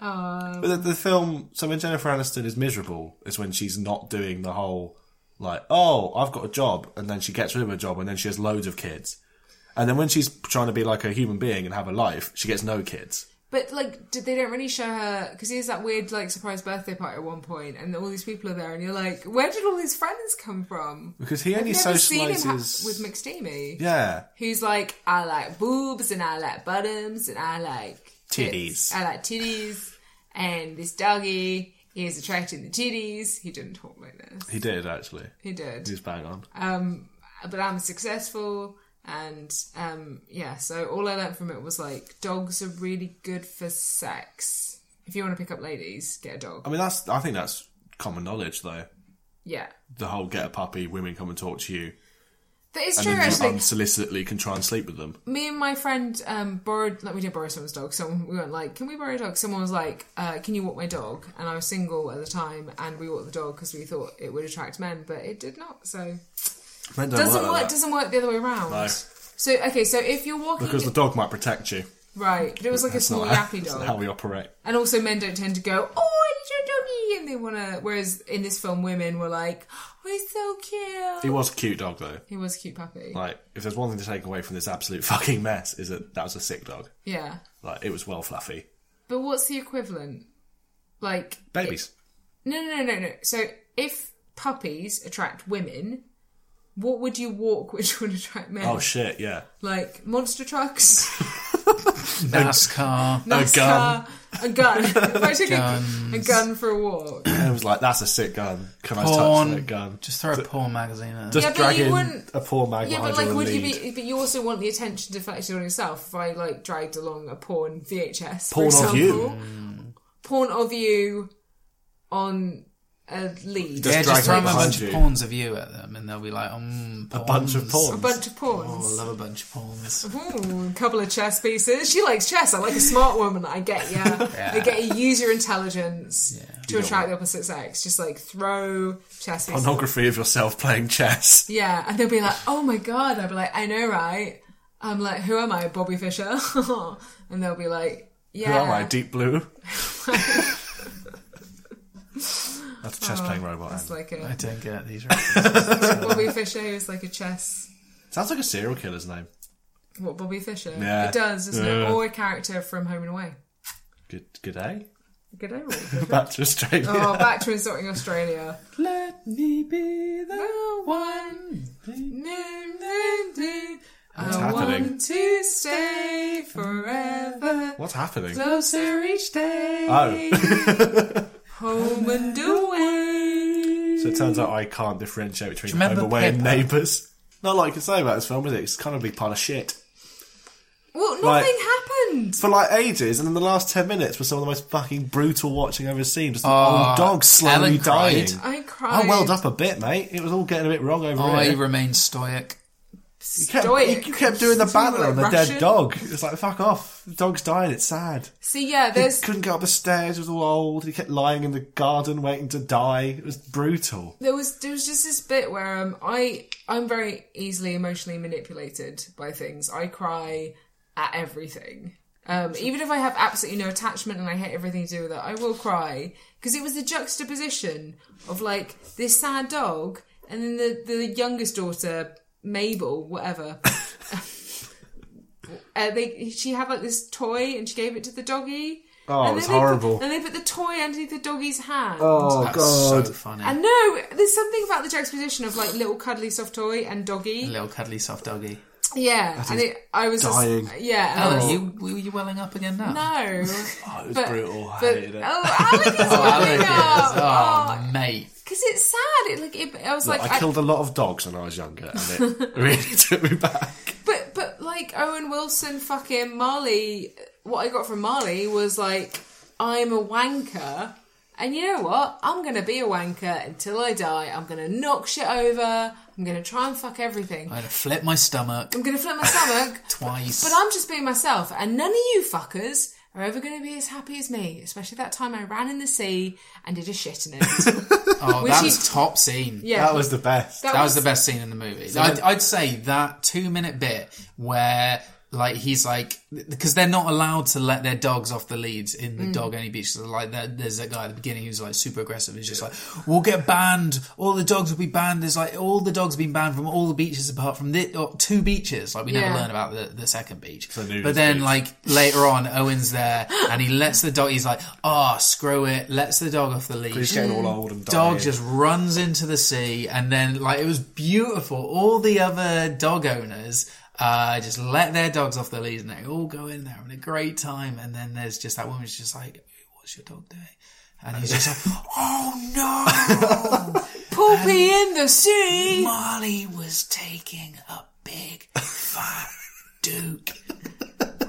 but the, the film, so when Jennifer Aniston is miserable, is when she's not doing the whole, like, oh, I've got a job, and then she gets rid of her job, and then she has loads of kids. And then when she's trying to be like a human being and have a life, she gets no kids. But like, did they don't really show her because here's that weird like surprise birthday party at one point, and all these people are there, and you're like, where did all these friends come from? Because he only I've never seen him ha- socializes. with McSteamy, yeah. who's like, I like boobs and I like bottoms and I like tits. Titties. I like titties, and this doggy is attracting the titties. He didn't talk like this. He did, actually. He did. He's bang on. um, but I'm successful. And um, yeah, so all I learned from it was like dogs are really good for sex. If you want to pick up ladies, get a dog. I mean, that's. I think that's common knowledge, though. Yeah, The whole get a puppy, women come and talk to you, that is and true. then you Actually, unsolicitedly can try and sleep with them. me and my friend um, borrowed like we did borrow someone's dog. Someone we weren't like, can we borrow a dog? Someone was like, uh, can you walk my dog? And I was single at the time, and we walked the dog because we thought it would attract men, but it did not. So Men don't doesn't like work. that. Doesn't work the other way around. No. So okay, so if you're walking, because the dog might protect you. right, but it was like a That's small not how, yappy that's dog. not how we operate. And also, men don't tend to go, "Oh, I need your doggy," and they want to. Whereas in this film, women were like, "Oh, he's so He cute." was a cute dog, though. He was a cute puppy. Like, if there's one thing to take away from this absolute fucking mess, is that that was a sick dog. yeah, Like, it was well fluffy. but what's the equivalent? Like, Babies. no, no, no, no, no. So if puppies attract women, what would you walk which would attract men? Oh shit! Yeah. like monster trucks, NASCAR. a gun. a gun. If I took a, a gun for a walk, And it was like, that's a sick gun. Can I Porn. touch that gun? Just throw a porn magazine in. Just Yeah, but you dragging wouldn't- a poor mag Yeah, but behind like, you on a would you lead. be? But you also want the attention deflected on yourself. If I like dragged along a porn VHS, for Porn of you. example. Mm. porn of you on a lead, Just yeah, dragging just it throw them a behind bunch you. of porns of you at them, and they'll be like, mm, A bunch of a porn. bunch of Oh, I porns. love a bunch of porns. Ooh, a couple of chess pieces. She likes chess. I like a smart woman. I get ya. I get you. Use your intelligence to attract the opposite sex. Just like throw chess pieces. Pornography of yourself playing chess. Yeah, and they'll be like, "Oh my god!" I'll be like, "I know, right?" I'm like, "Who am I, Bobby Fisher?" and they'll be like, "Yeah." Who am I? Deep Blue. That's a chess playing robot. It's Anne. like I a don't get these. references. Bobby Fischer is like a chess. Sounds like a serial killer's name. What Bobby Fischer? Yeah. It does, doesn't it? Yeah. Or a character from Home and Away. Good, good day. Good overall. Back to Australia. Oh, back to insulting Australia. Let me be the one. What's I happening? want to stay forever, What's happening? closer each day. Oh. Home and away. So it turns out I can't differentiate between you remember home away and Pepper? neighbours. Not like I can say about this film, is it? It's kind of a big pile of shit. well, nothing Like- happened. For like ages, and then the last ten minutes were some of the most fucking brutal watching I've ever seen. Just an Oh, old dog slowly Ellen dying. cried. I cried. I welled up a bit, mate. It was all getting a bit wrong over I here. remain stoic. You kept, stoic. you kept doing the Something battle like on the Russian. dead dog. It's like, fuck off. The dog's dying, it's sad. See, yeah, He there's couldn't get up the stairs, it was all old. He kept lying in the garden waiting to die. It was brutal. there was there was just this bit where um I I'm very easily emotionally manipulated by things. I cry at everything. Um, even if I have absolutely no attachment and I hate everything to do with it, I will cry because it was the juxtaposition of like this sad dog and then the the youngest daughter Mabel, whatever. Uh, they she had like this toy and she gave it to the doggy. Oh, and it was then they put- horrible. And they put the toy underneath the doggy's hand. Oh, That's so funny. And no, there's something about the juxtaposition of like little cuddly soft toy and doggy. Little cuddly soft doggy. Yeah, and it, I was dying. Just, yeah, and I Alan, was- you, were you welling up again now? no, Oh, it was but- brutal. I but hated it. oh, Alec is Oh, Alan coming is. up Oh, mate. because it's sad. It like it, I was Look, like, I I- killed a lot of dogs when I was younger, and it really took me back. but but like Owen Wilson, fucking Marley. What I got from Marley was like, I'm a wanker, and you know what? I'm gonna be a wanker until I die. I'm gonna knock shit over. I'm gonna try and fuck everything. I'm going to flip my stomach I'm gonna flip my stomach. twice. But I'm just being myself, and none of you fuckers are ever going to be as happy as me, especially that time I ran in the sea and did a shit in it. oh, that she- was top scene. Yeah, That was the best. that That was the best scene in the movie. I'd, I'd say that two minute bit where like he's like because they're not allowed to let their dogs off the leads in the dog only beach. So, like there, there's that guy at the beginning who's like super aggressive. He's just like, "We'll get banned. All the dogs will be banned." There's like all the dogs have been banned from all the beaches apart from this, or two beaches. Like we never Yeah. learn about the, the second beach. nudist But then beach. like later on, Owen's there and he lets the dog. He's like, "Ah, screw it," lets the dog off the leash He's getting all old and dying. dog just runs into the sea and then like it was beautiful all the other dog owners uh, just let their dogs off the leash and they all go in there having a great time and then there's just that woman's just like what's your dog doing and he's just like oh no Poopy in the sea. Marley was taking a big fat duke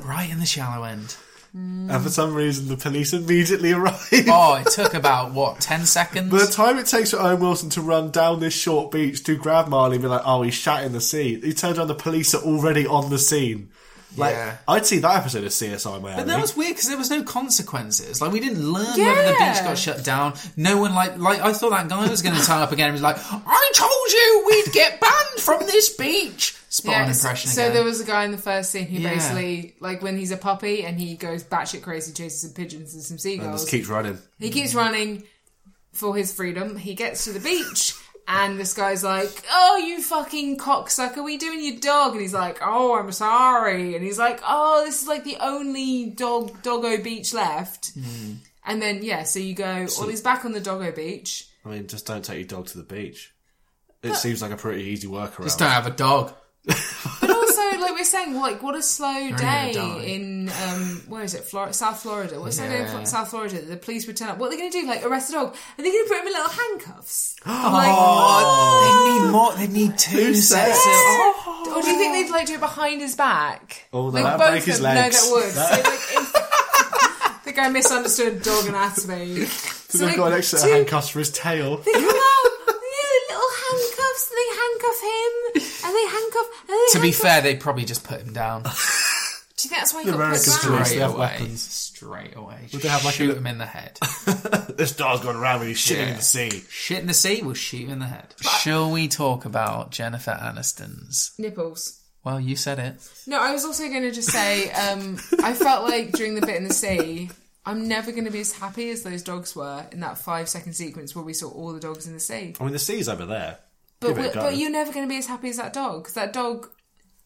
right in the shallow end And for some reason, the police immediately arrived. oh it took about what 10 seconds By the time it takes for Owen Wilson to run down this short beach to grab Marley and be like, oh, he's shat in the sea, he turns around, the police are already on the scene. Like, Yeah. I'd see that episode of CSI Miami. But that was weird because there was no consequences. Like we didn't learn whether Yeah. the beach got shut down. No one like like I thought that guy was going to turn up again. and was like, I told you we'd get banned from this beach. Spot on impression so again. there was a guy in the first scene who Yeah. basically, like, when he's a puppy and he goes batshit crazy, chases some pigeons and some seagulls. just keeps running. He keeps running for his freedom. He gets to the beach, and this guy's like, "Oh, you fucking cocksucker! What are you doing, to your dog?" And he's like, "Oh, I'm sorry." And he's like, "Oh, this is like the only dog doggo beach left." Hmm. And then yeah, so you go. well, he's back on the doggo beach. I mean, just don't take your dog to the beach. It seems like a pretty easy workaround. just don't have a dog. But also, like we're saying, like what a slow gonna day die. in um, where is it? Flor- South Florida. What's that Yeah. day in South Florida? that The police would turn up. What are they going to do? Like arrest the dog? Are they going to put him in little handcuffs? I'm like, what? They need more. They need two said? sets. Of, oh, Or do you think they'd like do it behind his back? Oh, like that'd both break his of them- legs. No, that would. So, like, if- I think I misunderstood dog anatomy. So, They've like, got an extra two- handcuffs for his tail. They come out. they do little handcuffs. and They handcuff him, and they handcuff. And they to be handcuff- fair, they probably just put him down do you think that's why he got Americans put do down? it. straight have away. weapons. Straight away. Just they have, like, a shoot little- him in the head. This dog's gone around with his shit Yeah. in the sea. Shit in the sea. We'll shoot him in the head. Shall we talk about Jennifer Aniston's? Nipples. Well, you said it. No, I was also going to just say, um, I felt like during the bit in the sea, I'm never going to be as happy as those dogs were in that five second sequence where we saw all the dogs in the sea. I mean, the sea's over there. But Give it a we- go. but you're never going to be as happy as that dog. 'cause that dog,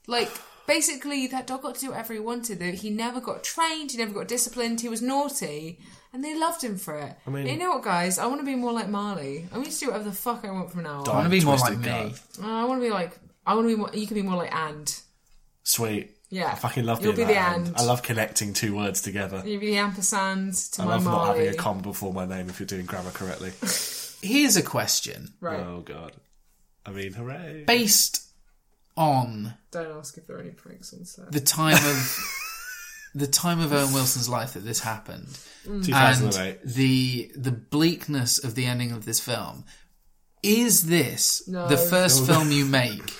like, basically, that dog got to do whatever he wanted. Though he never got trained, he never got disciplined. He was naughty, and they loved him for it. I mean- mean, you know what, guys? I want to be more like Marley. I want to do whatever the fuck I want from now I on. want to be more like Twisted me. Gut. Uh, I want to be like. I want to be more. You can be more like and. Sweet. Yeah. I fucking love You'll being be that the and. and. I love connecting two words together. You'd be the ampersand to I my love not Marley. having a comma before my name if you're doing grammar correctly. Here's a question right. Oh god. I mean, hooray. based on Don't ask if there are any pranks on set. the time of the time of Owen Wilson's life that this happened. Mm. 2008. and the the bleakness of the ending of this film. Is this No. the first film you make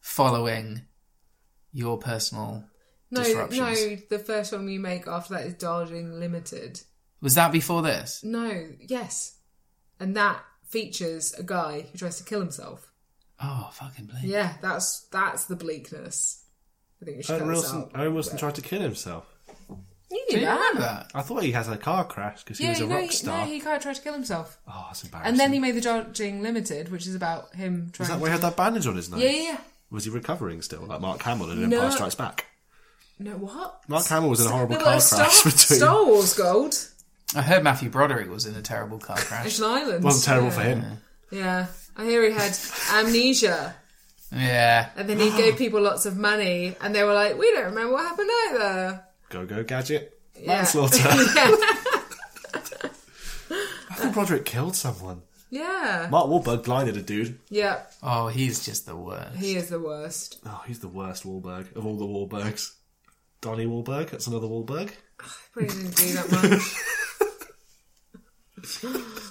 following your personal? No, no. disruptions. The first one we make after that is Darling Limited. Was that before this? No. Yes. And that features a guy who tries to kill himself. Oh fucking bleak! Yeah, that's that's the bleakness. I think we should Owen cut this Wilson, out. Owen Wilson tried to kill himself. You Do knew you that. remember that? I thought he had a car crash because he Yeah, was a you know, rock he, star. no, he kind of tried to kill himself. Oh, that's embarrassing. And then he made the Darling Limited, which is about him Is trying. that where he had that bandage on his nose? Yeah, yeah, yeah. Was he recovering still, like Mark Hamill in No. Empire Strikes Back? No, what? Mark Hamill was in a horrible No, but car a Star, crash between. Star Wars Gold, I heard Matthew Broderick was in a terrible car crash. Ocean Islands. Wasn't terrible for Yeah. him. Yeah, I hear he had amnesia, yeah, and then he gave people lots of money, and they were like, "We don't remember what happened either." Go go gadget. Yeah. Manslaughter. I think Broderick killed someone. Yeah, Mark Wahlberg blinded a dude. yeah, Oh, he's just the worst. he is the worst. Oh, he's the worst Wahlberg of all the Wahlbergs. Donnie Wahlberg. That's another Wahlberg. Probably didn't do that much.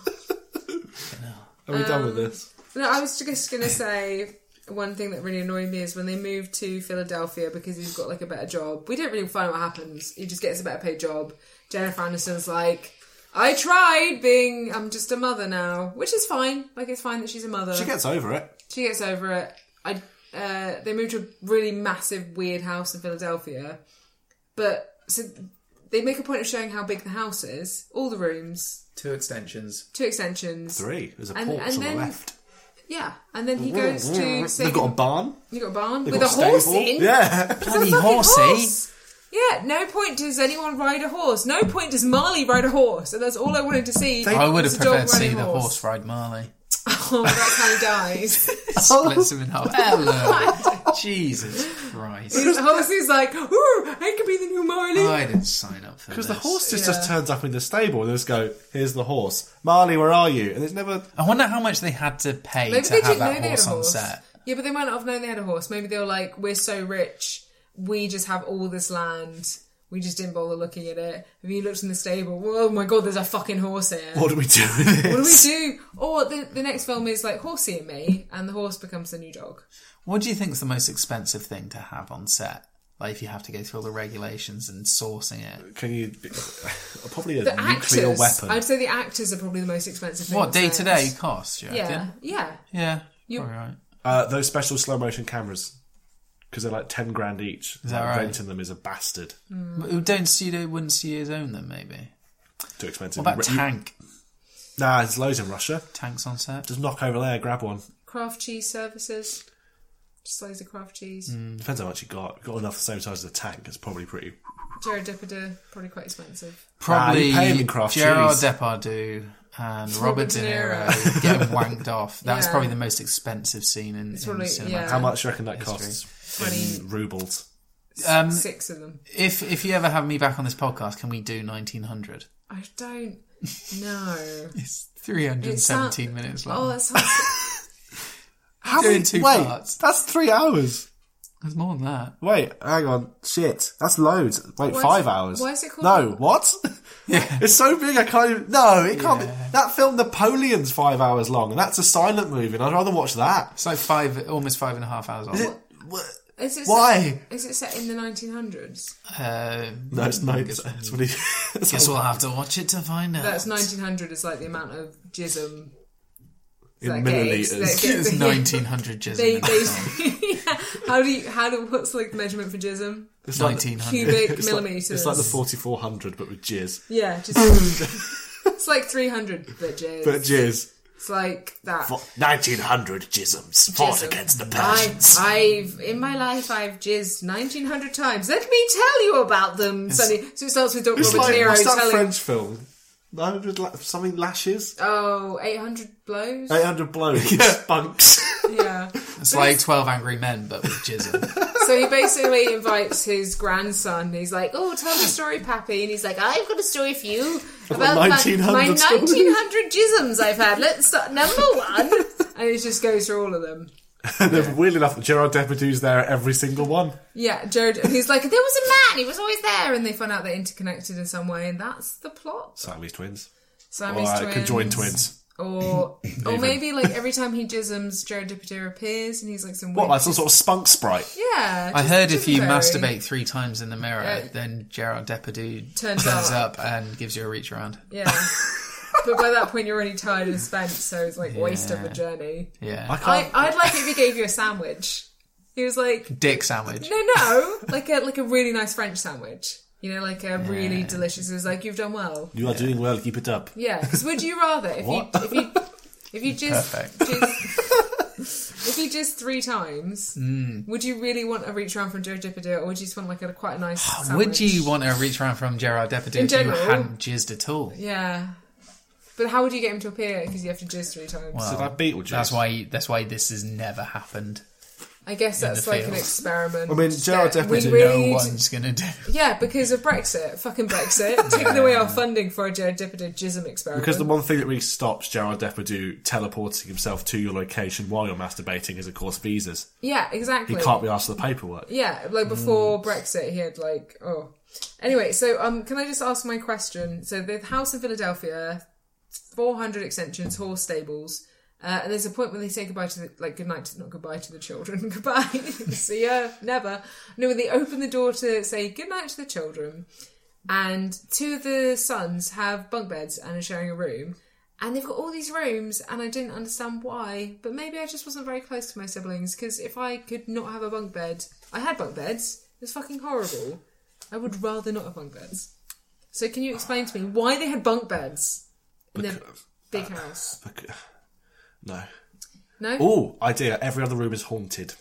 Are we done Um, with this? no, I was just gonna say. One thing that really annoyed me is when they moved to Philadelphia because he's got like a better job. We don't really find out what happens. He just gets a better paid job. Jennifer Aniston's like, I tried being, I'm just a mother now, which is fine. Like it's fine that she's a mother. She gets over it. She gets over it. I uh, they moved to a really massive weird house in Philadelphia, but so they make a point of showing how big the house is, all the rooms, Two extensions. two extensions. Three. There's a And- porch and on then- the left. Yeah, and then he goes to say They've got a barn. you got a barn They've with a got horse stable. in. Yeah. It's a Bloody fucking horsey. horse. Yeah, no point does anyone ride a horse. No point does Marley ride a horse. And that's all I wanted to see. I would have was a dog preferred to see riding the a horse ride Marley. Oh, that's how he dies. Oh. Splits him in half. Hello, Jesus Christ! the horse is like, ooh, I could be the new Marley. Oh, I didn't sign up for this. Because the horse just, Yeah. just turns up in the stable and they just go, here's the horse. Marley, where are you? And it's never. I wonder how much they had to pay Maybe to they have didn't that know they had horse, a horse. on set. Yeah, but they might not have known they had a horse. Maybe they were like, "We're so rich, we just have all this land. We just didn't bother looking at it. Have you looked in the stable? Oh my god, there's a fucking horse here. What, What do we do with this? do we do?" Or the, the next film is like Horsey and Me, and the horse becomes the new dog. What do you think is the most expensive thing to have on set? Like if you have to go through all the regulations and sourcing it. Can you. uh, Probably a The nuclear actors, weapon. I'd say the actors are probably the most expensive. thing What on day set. to day cost? You Yeah, reckon? yeah. yeah. You- All right. Uh, those special slow motion cameras. Because they're like 10 grand each. Is that right? Renting them is a bastard. But Don't studio wouldn't studios own them? Maybe. Too expensive. What about You- tank? Nah, there's loads in Russia. Tanks on set. Just knock over there, grab one. Craft cheese services. Just loads of craft cheese. Mm. Depends how much you got. If you got enough the same size as a tank, it's probably pretty. Jared Depardieu probably quite expensive. Probably Ah, you pay him in craft Gerard cheese. Depardieu and Robert De De Niro Niro. get wanked off. That was Yeah. probably the most expensive scene in, in probably- cinema. yeah. How much do you reckon that costs? Twenty- In rubles. Um, Six of them. if if you ever have me back on this podcast, can we do 1900? I don't know. It's 317 It's minutes Oh, long. that sounds. How Doing many- two wait, parts. that's three hours. There's more than that. Wait, hang on. Shit, that's loads. Wait, Why is five it- hours. why is it called- No, what? Yeah. It's so big, I can't even. No, it can't be. That film Napoleon's five hours long, and that's a silent movie, and I'd rather watch that. It's like five, almost five and a half hours long. Wh- Is it Why? Set, is it set in the 1900s? Uh, No, it's no. It's, it's what he. It's guess all we'll have to watch it to find out. That's 1900 is like the amount of jism. in that gauge, milliliters. that- It's 1900 jism They, in the they, film. yeah. How do you? How do? What's like the measurement for jism? It's like the- 1900. Cubic it's like- millimeters. It's like the 4400, but with jizz. yeah, just. it's like 300, but jizz. But jizz. It's like that. For 1900 jisms fought Jism. against the I, Persians. I've in my life I've jizzed nineteen hundred times. Let me tell you about them. Suddenly, so it starts with Dr. it's Robert like, De Niro what's that telling, French film? 900 la- something lashes? "Oh, eight hundred blows." 800 blows. Spunks. yeah. It's like Twelve Angry Men, but with jism. So he basically invites his grandson. He's like, "Oh, tell me a story, Pappy," and he's like, "I've got a story for you about my- my 1900 stories." nineteen hundred jisms I've had. Let's start number one." And it just goes through all of them. and then, weirdly enough, Gerard Depardieu's there at every single one. Yeah, Jared, and he's like, there was a man, he was always there, and they find out they're interconnected in some way, and that's the plot. Siamese twins. Siamese or uh, twins, conjoined twins. or or maybe like every time he jisms, Jared Depardieu appears, and he's like some What, weird- like some sort of spunk sprite? yeah. I just- heard just if you very- masturbate three times in the mirror, Yeah. then Gerard Depardieu Turns turns, up. up and gives you a reach around. yeah. But by that point, you're already tired and spent, so it's like waste of a Yeah. journey. Yeah, I I, can't. I'd like it if he gave you a sandwich. He was like, dick sandwich. no, no, like a like a really nice French sandwich. You know, like a really delicious. It was like, you've done well. you are doing well, keep it up. Yeah, because would you rather if you What? if you if you just, Perfect. just if you just three times, Mm. would you really want a reach round from Joe Dipperdeer, or would you just want like a quite a nice? Sandwich? Would you want a reach around from Gerard Depardieu In if you general? hadn't jizzed at all? Yeah, but how would you get him to appear? Because you have to jizz three times. So that Beetlejuice. That's why. That's why this has never happened. I guess that's the like an field. experiment. I mean, Gerard that we Depardieu- really no need- one's gonna do. Yeah, because of Brexit, fucking Brexit, taking away our funding for a Joe Dipperdeer jism experiment. Because the one thing that really stops Gerard Depardieu teleporting himself to your location while you're masturbating is, of course, visas. yeah, exactly. He can't be asked for the paperwork. Yeah, like before Brexit, he had like oh. Anyway, so um, can I just ask my question? So the house in Philadelphia, four hundred extensions, horse stables, uh, and there's a point where they say goodbye to the like goodnight, to, not goodbye to the children, goodbye, see ya, never. No, when they open the door to say goodnight to the children, and two of the sons have bunk beds and are sharing a room. And they've got all these rooms, and I didn't understand why, but maybe I just wasn't very close to my siblings because if I could not have a bunk bed, I had bunk beds, it was fucking horrible. I would rather not have bunk beds. So, can you explain to me why they had bunk beds in their Because- big house? Okay. No. No? Oh, idea. Every other room is haunted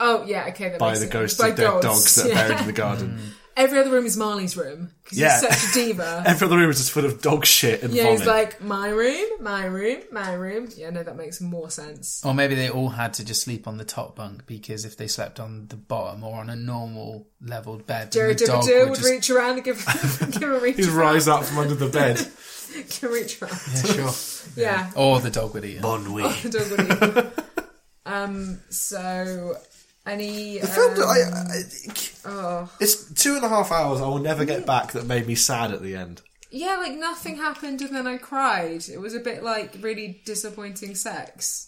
oh, yeah, okay. That by makes the sense. ghosts By of dead dogs, that are yeah. buried in the garden. Every other room is Marley's room because Yeah. he's such a diva. Every other room is just full of dog shit and yeah, vomit. he's like, my room, my room, my room. Yeah, no, that makes more sense. Or maybe they all had to just sleep on the top bunk because if they slept on the bottom or on a normal leveled bed, then Jerry the dog Dipper would would just reach around and give, give a reach He's around. rise up from under the bed. Give a reach around. sure. Yeah. Or the dog would eat it. bon oui. The dog would eat. um, so, any. Film that um, I- I- It's two and a half hours I will never get back that made me sad at the end. Yeah, like nothing happened and then I cried. It was a bit like really disappointing sex.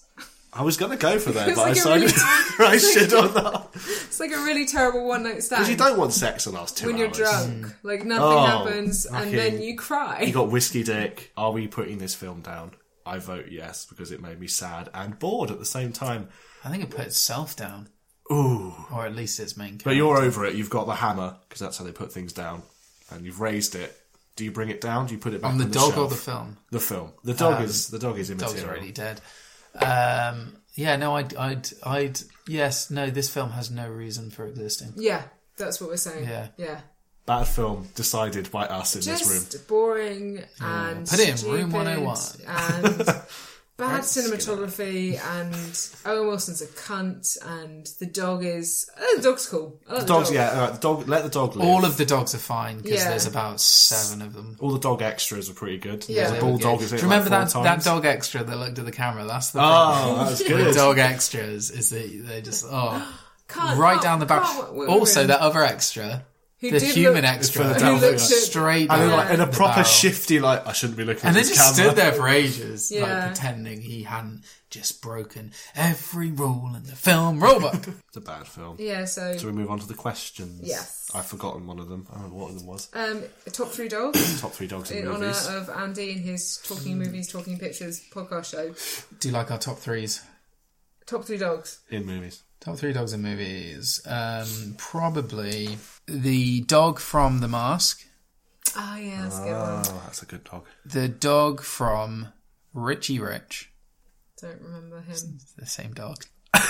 I was going to go for that, It's but I like a decided I should on that. It's like a really terrible one night stand. Because you don't want sex the last two when hours. you're drunk. Like nothing Oh, happens and then fucking- you cry. You got whiskey dick. Are we putting this film down? I vote yes because it made me sad and bored at the same time. I think it put itself down. Ooh. Or at least its main But character. you're over it. You've got the hammer because that's how they put things down, and you've raised it. Do you bring it down? Do you put it back On on the dog or the shelf? film? Um, The film. The dog is the dog is immaterial. Dog's already dead. Um, yeah, no, I'd, I'd, I'd, yes, no, this film has no reason for existing. yeah, that's what we're saying. Yeah. Yeah. Bad film decided by us in this room. Just boring and Put it in room stupid 101. and bad cinematography and Owen Wilson's a cunt and the dog is oh, the dog's cool. I like the Dogs, dog. yeah. all right, the dog. Let the dog live. All of the dogs are fine because Yeah. there's about seven of them. All the dog extras were pretty good. Yeah. There's They a were bulldog. Do is you in it remember like that, four that times. dog extra that looked at the camera? That's the problem. Oh, that was The good. dog extras is they they just oh Can't- right can't- down the can't- barrel. we're- Also, we're- that other extra, who the did human look- extra, Who that looked was at- straight And then, down like in a the proper barrel. shifty, like I shouldn't be looking And at then this just camera. stood there for ages, Yeah. like pretending he hadn't just broken every rule in the film rulebook. It's a bad film. Yeah, so So we move on to the questions. Yes. I've forgotten one of them. I don't know what one of them was. um top three dogs Top three dogs in, in honour movies. of Andy and his talking Mm. movies, talking pictures podcast show. Do you like our top threes? Top three dogs. in movies. Top three dogs in movies. Um, probably the dog from The Mask, Ah. Oh yeah, that's a good Ah, one. Oh, that's a good dog. the dog from Richie Rich, Don't remember him. the same dog.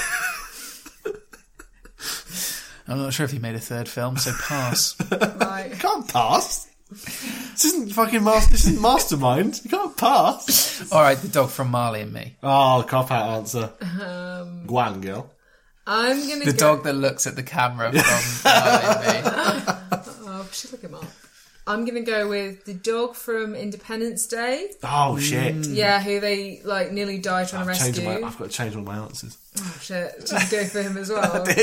I'm not sure if he made a third film, so pass. Right. Can't pass. This isn't fucking master. This isn't mastermind. You can't pass. All right, the dog from Marley and Me, Oh, cop out answer. Um, Guan girl. I'm gonna the go- dog that looks at the camera from Marley and Me. Oh, I should look him up. I'm gonna go with the dog from Independence Day. Oh shit. Yeah, who they like nearly died trying to I've, changed Mm. rescue. my, I've got to change all my answers. Oh shit! Did you go for him as well?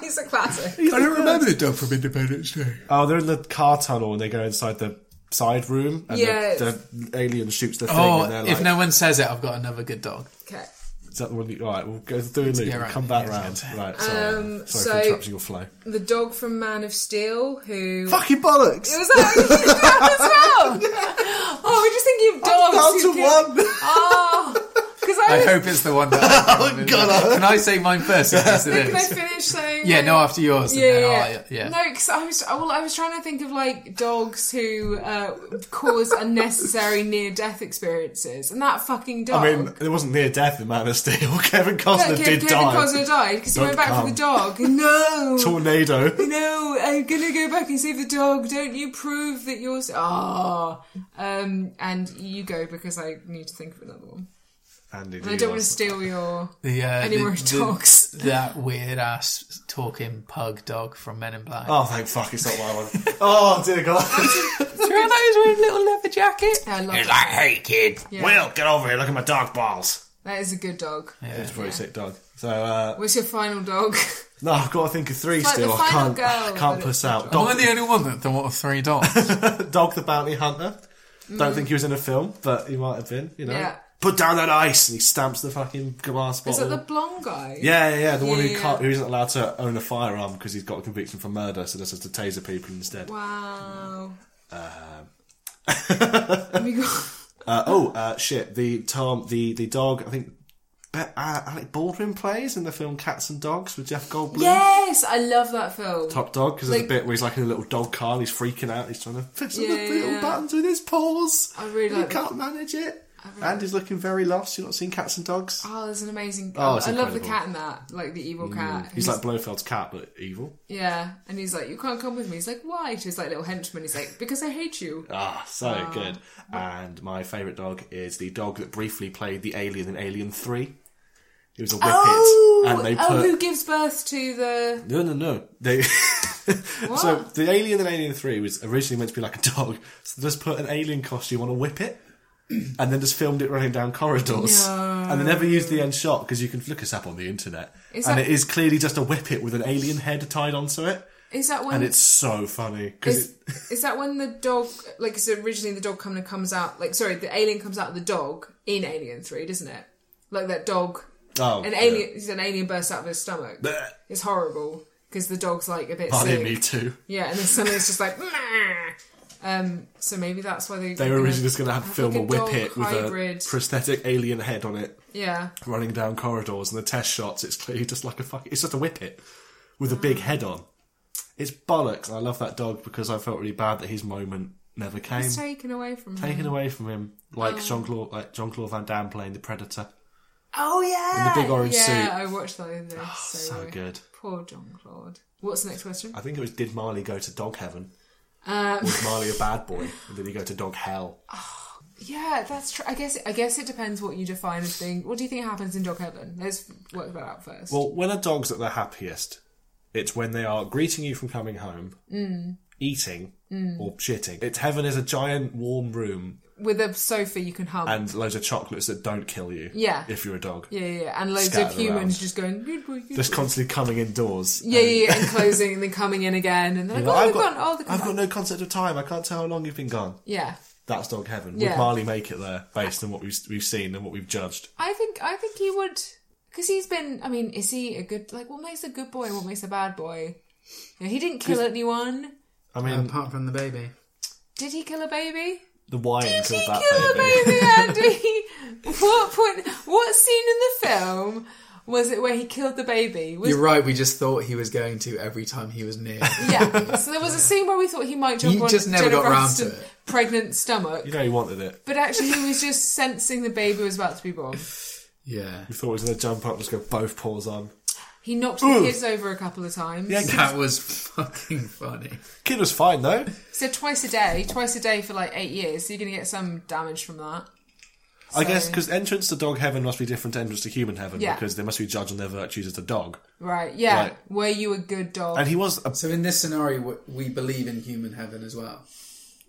He's a classic. I don't remember the dog from Independence Day. oh, they're in the car tunnel and they go inside the side room and Yeah. the, the alien shoots the thing Oh, and they're if like, no one says it, I've got another good dog. Okay. is that the one you... All right, we'll go through and loop. Yeah, we'll right. Come back Yeah, round. yeah. Right, sorry. Um, sorry so- for interrupting your flow. The dog from Man of Steel, who Fucking bollocks! It was that you did that as well. Oh, we're just thinking of dogs. down who kill- to one. Oh, because I, I was, hope it's the one that. I oh God! Can I say mine first? If this can I is. finish saying? Yeah, like- no, after yours. and Yeah, then yeah, I'll- yeah. No, because I was well, I was trying to think of like dogs who uh, cause unnecessary near-death experiences, and that fucking dog. I mean, it wasn't near death in Man of Steel. Kevin Costner Look, did Kevin die. Costner died because he Don't went back come. for the dog. No. Tornado. No, I'm gonna go back and save the dog. Don't you prove that you're? Ah, um, and you go because I need to think of another one. Andy, I don't want to steal your The, uh, any the- more the- dogs. That weird ass talking pug dog from Men in Black. Oh, thank fuck, it's not my one. oh, dear God. Do you remember that was wearing a little leather jacket? I love He's that. like, hey, kid, Yeah. Will, get over here, look at my dog balls. that is a good dog. It's a very sick dog. So, uh, What's your final dog? no, I've got to think of three like still. the I final can't, girl, I but can't it's puss a out. Am I Dog, the only one that thought of three dogs? dog the Bounty Hunter. Don't think he was in a film, but he might have been, you know. Mm. Yeah. Put down that ice, and he stamps the fucking glass is bottle. that the blonde guy? Yeah, yeah, yeah, the one who Yeah. can't, who isn't allowed to own a firearm because he's got a conviction for murder, so just has to taser people instead. Wow. Um. we got Uh, oh uh, shit! The Tom, the the dog. I think Be- uh, Alec Baldwin plays in the film Cats and Dogs with Jeff Goldblum. yes, I love that film. Top dog because there's a Like- bit where he's like in a little dog car and he's freaking out. He's trying to fix all the Yeah, little yeah. buttons with his paws. I really and like He that. can't manage it. and he's looking very lost. You've not seen Cats and Dogs. Oh, there's an amazing. Oh, it's I love the incredible. Mm, cat in that, like the evil cat. He's like Blofeld's cat, but evil. yeah, and he's like, you can't come with me. He's like, why? To his like little henchman, he's like, because I hate you. Ah, so good. And my favourite dog is the dog that briefly played the alien in Alien Three. He was a whippet, Oh, and they put oh, who gives birth to the? No, no, no. They. so the alien in Alien Three was originally meant to be like a dog. So they just put an alien costume on a whippet, and then just filmed it running down corridors. And they never used the end shot because you can look us up on the internet, Is and that- it is clearly just a whippet with an alien head tied onto it, Is that one? and it's so funny because Is, is that when the dog, like, so originally the dog kind of comes out, like, sorry, the alien comes out of the dog in Alien 3, doesn't it? Like, that dog, oh, an yeah. alien, an alien bursts out of his stomach. Bleh. It's horrible, because the dog's, like, a bit Funny, sick. me too. Yeah, and then suddenly it's just like, "Meh." um, so maybe that's why they... They were originally just going to have film like a a dog whippet with hybrid. a prosthetic alien head on it, Yeah. running down corridors and the test shots, it's clearly just like a fuck. It's just a whippet with a Mm. big head on. It's bollocks. and I love that dog because I felt really bad that his moment never came. It's taken away from him. Taken away from him, like Jean Claude, like Jean Claude Van Damme playing the Predator. Oh, yeah! In the big orange yeah, Oh. suit. I watched that the other day. so, Oh, So good. Uh, Poor John Claude. What's the next question? I think it was did Marley go to dog heaven? Um, Was Marley a bad boy? Or did he go to dog hell? Yeah, that's true. I guess I guess it depends what you define as being. What do you think happens in dog heaven? Let's work that out first. Well, when a dog's at their happiest, it's when they are greeting you from coming home, Mm. eating, or shitting. It's heaven is a giant warm room With a sofa, you can hug. and loads of chocolates that don't kill you. Yeah. If you're a dog. yeah, yeah, yeah, and loads Scattered of humans around. just going. Good boy, good Just boy." constantly coming indoors. yeah, yeah, yeah, and closing, and then coming in again, and they're like, Like, "Oh, I've, they've got, gone. Oh, they've gone." I've got no concept of time. I can't tell how long you've been gone. yeah, That's dog heaven. Would Yeah. Marley make it there based on what we've, we've seen and what we've judged? I think I think he would because he's been. I mean, is he a good? Like, what makes a good boy? and What makes a bad boy? You know, he didn't kill anyone. I mean, Um, Apart from the baby. Did he kill a baby? the wine killed He that killed baby. a baby, Andy. what point? What scene in the film was it where he killed the baby? Was, You're right, we just thought he was going to every time he was near. yeah. So there was a scene where we thought he might jump You on just never Jennifer got round Aniston, to it. pregnant stomach. You know he wanted it. But actually, he was just sensing the baby was about to be born. Yeah. He thought he was going to jump up and just go both paws on. He knocked the kids over a couple of times. Yeah, kid, That was fucking funny. kid was fine though. So twice a day, twice a day for like eight years. So you're gonna get some damage from that. I guess So- because entrance to dog heaven must be different to entrance to human heaven Yeah. because they must be judged on their virtues as a dog. Right? Yeah. Right. Were you a good dog? And he was a, So in this scenario, w- we believe in human heaven as well.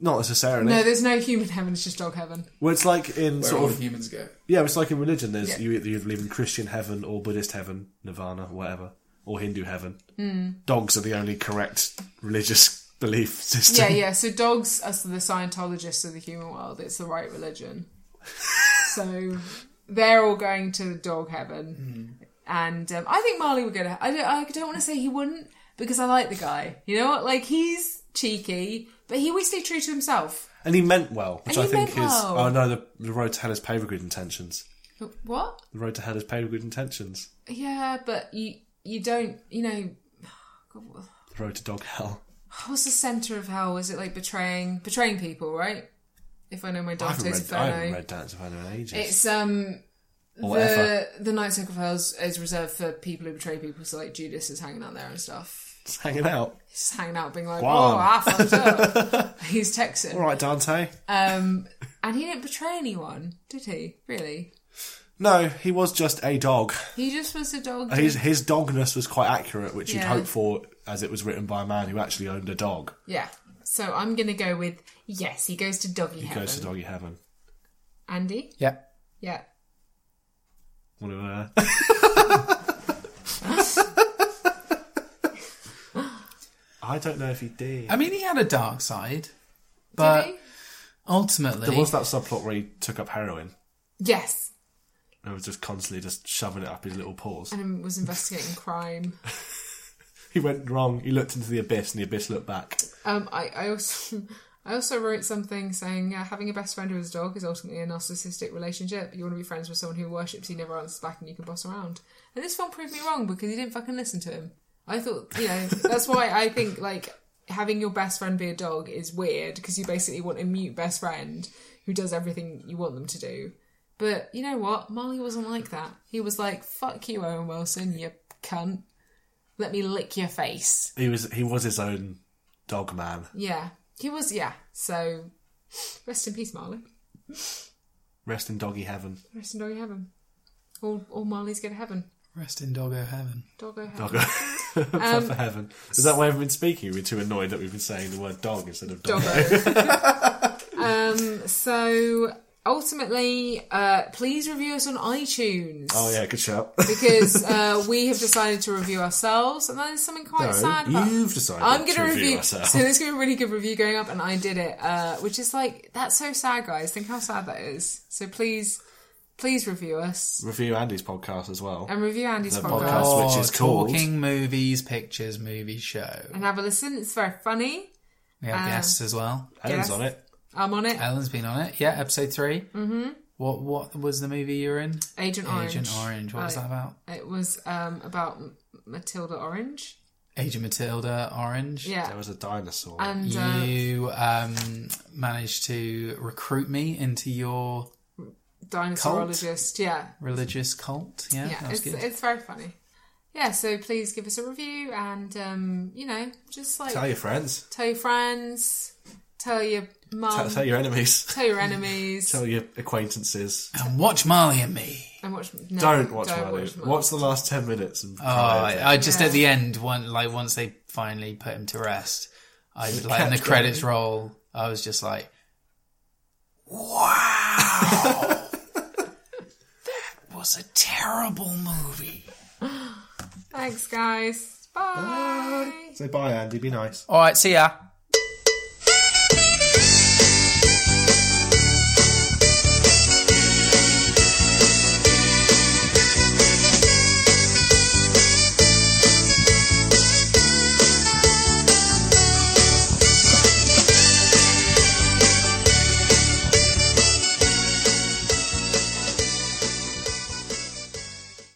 not necessarily. no, there's no human heaven. It's just dog heaven. well, it's like in Where sort all of humans go. yeah, it's like in religion. There's Yeah. you either you believe in Christian heaven or Buddhist heaven, Nirvana, or whatever, or Hindu heaven. Hmm. Dogs are the only correct religious belief system. Yeah, yeah. So dogs are the Scientologists of the human world. It's the right religion. so they're all going to dog heaven, Hmm. and um, I think Marley would go to. I don't. I don't want to say he wouldn't because I like the guy. You know what? Like he's cheeky, but he always stay true to himself. And he meant well, which And I he think is meant well. oh no, the, the road to hell is paved with good intentions. What? The road to hell is paved with good intentions. Yeah, but you you don't you know. God, what- The road to dog hell. What's the center of hell? Is it like betraying betraying people? Right? If I know my I Dante's haven't read, I Inferno. haven't read Dance of Inferno in ages. It's um or whatever. the the Knights of Hells is reserved for people who betray people. So like Judas is hanging out there and stuff. It's hanging out. He's just hanging out, being like, Wow. "Oh, I fucked up." He's Texan, All right, Dante. um, and he didn't betray anyone, did he? Really? No, he was just a dog. He just was a dog. His his dogness was quite accurate, which you'd Yeah. hope for, as it was written by a man who actually owned a dog. Yeah. So I'm gonna go with yes. He goes to doggy He heaven. goes to doggy heaven. Andy. Yeah. Yeah. One of uh, I don't know if he did. I mean, he had a dark side, Did but he? ultimately, There was that subplot where he took up heroin Yes. and was just constantly just shoving it up his little paws. And was investigating crime. He went wrong. He looked into the abyss, and the abyss looked back. Um, I, I also I also wrote something saying uh, having a best friend who is a dog is ultimately a narcissistic relationship. You want to be friends with someone who worships you, never answers back, and you can boss around. And this one proved me wrong because he didn't fucking listen to him. I thought, you know, that's why I think like having your best friend be a dog is weird because you basically want a mute best friend who does everything you want them to do. But you know what? Marley wasn't like that. He was like, "Fuck you, Owen Wilson, you cunt. Let me lick your face." He was he was his own dog man. Yeah, he was. Yeah, so rest in peace, Marley. Rest in doggy heaven. Rest in doggy heaven. All all Marleys go to heaven. rest in doggo heaven. Doggo heaven. Doggo. for heaven. Is that why I've been speaking? We're too annoyed that we've been saying the word dog instead of dog. Doggo. um. So ultimately, uh, please review us on iTunes. Oh yeah, good shout. Because uh, we have decided to review ourselves, and that is something quite sad. About. you've decided I'm to gonna review, review. ourselves. So there's gonna be a really good review going up, and I did it, uh, which is like that's so sad, guys. Think how sad that is. So please, please review us Review Andy's podcast as well. and review Andy's The podcast. podcast. That's which is called- Oh, Talking Movies Pictures Movie Show. and have a listen. It's very funny. We Ah. have guests as well. yes. Helen's on it. I'm on it. Ellen's been on it. Yeah, episode 3 Mm-hmm. What What was the movie you were in? Agent Orange. Oh, Agent Orange. What was Right. that about? It was um, about M- Matilda Orange. Agent Matilda Orange. There Yeah. was a dinosaur. And uh, You um, managed to recruit me into your dinosaurologist. Yeah. religious cult. Yeah, Yeah. Oh, that was It's, good. it's very funny. Yeah. So please give us a review and, um, you know, just like Tell tell, your friends. your friends, tell your Tell, mum, tell tell, your enemies. your enemies, tell your acquaintances. and watch Marley and me. and watch. No, don't watch do watch Marley. Watch the last ten minutes and Oh, cry over I, it. I just Yeah. at the end, one like once they finally put him to rest, I like in the credits roll, I was just like, "Wow, that was a terrible movie." Thanks, guys. Bye. Say bye, Andy. Be nice. All right, see ya.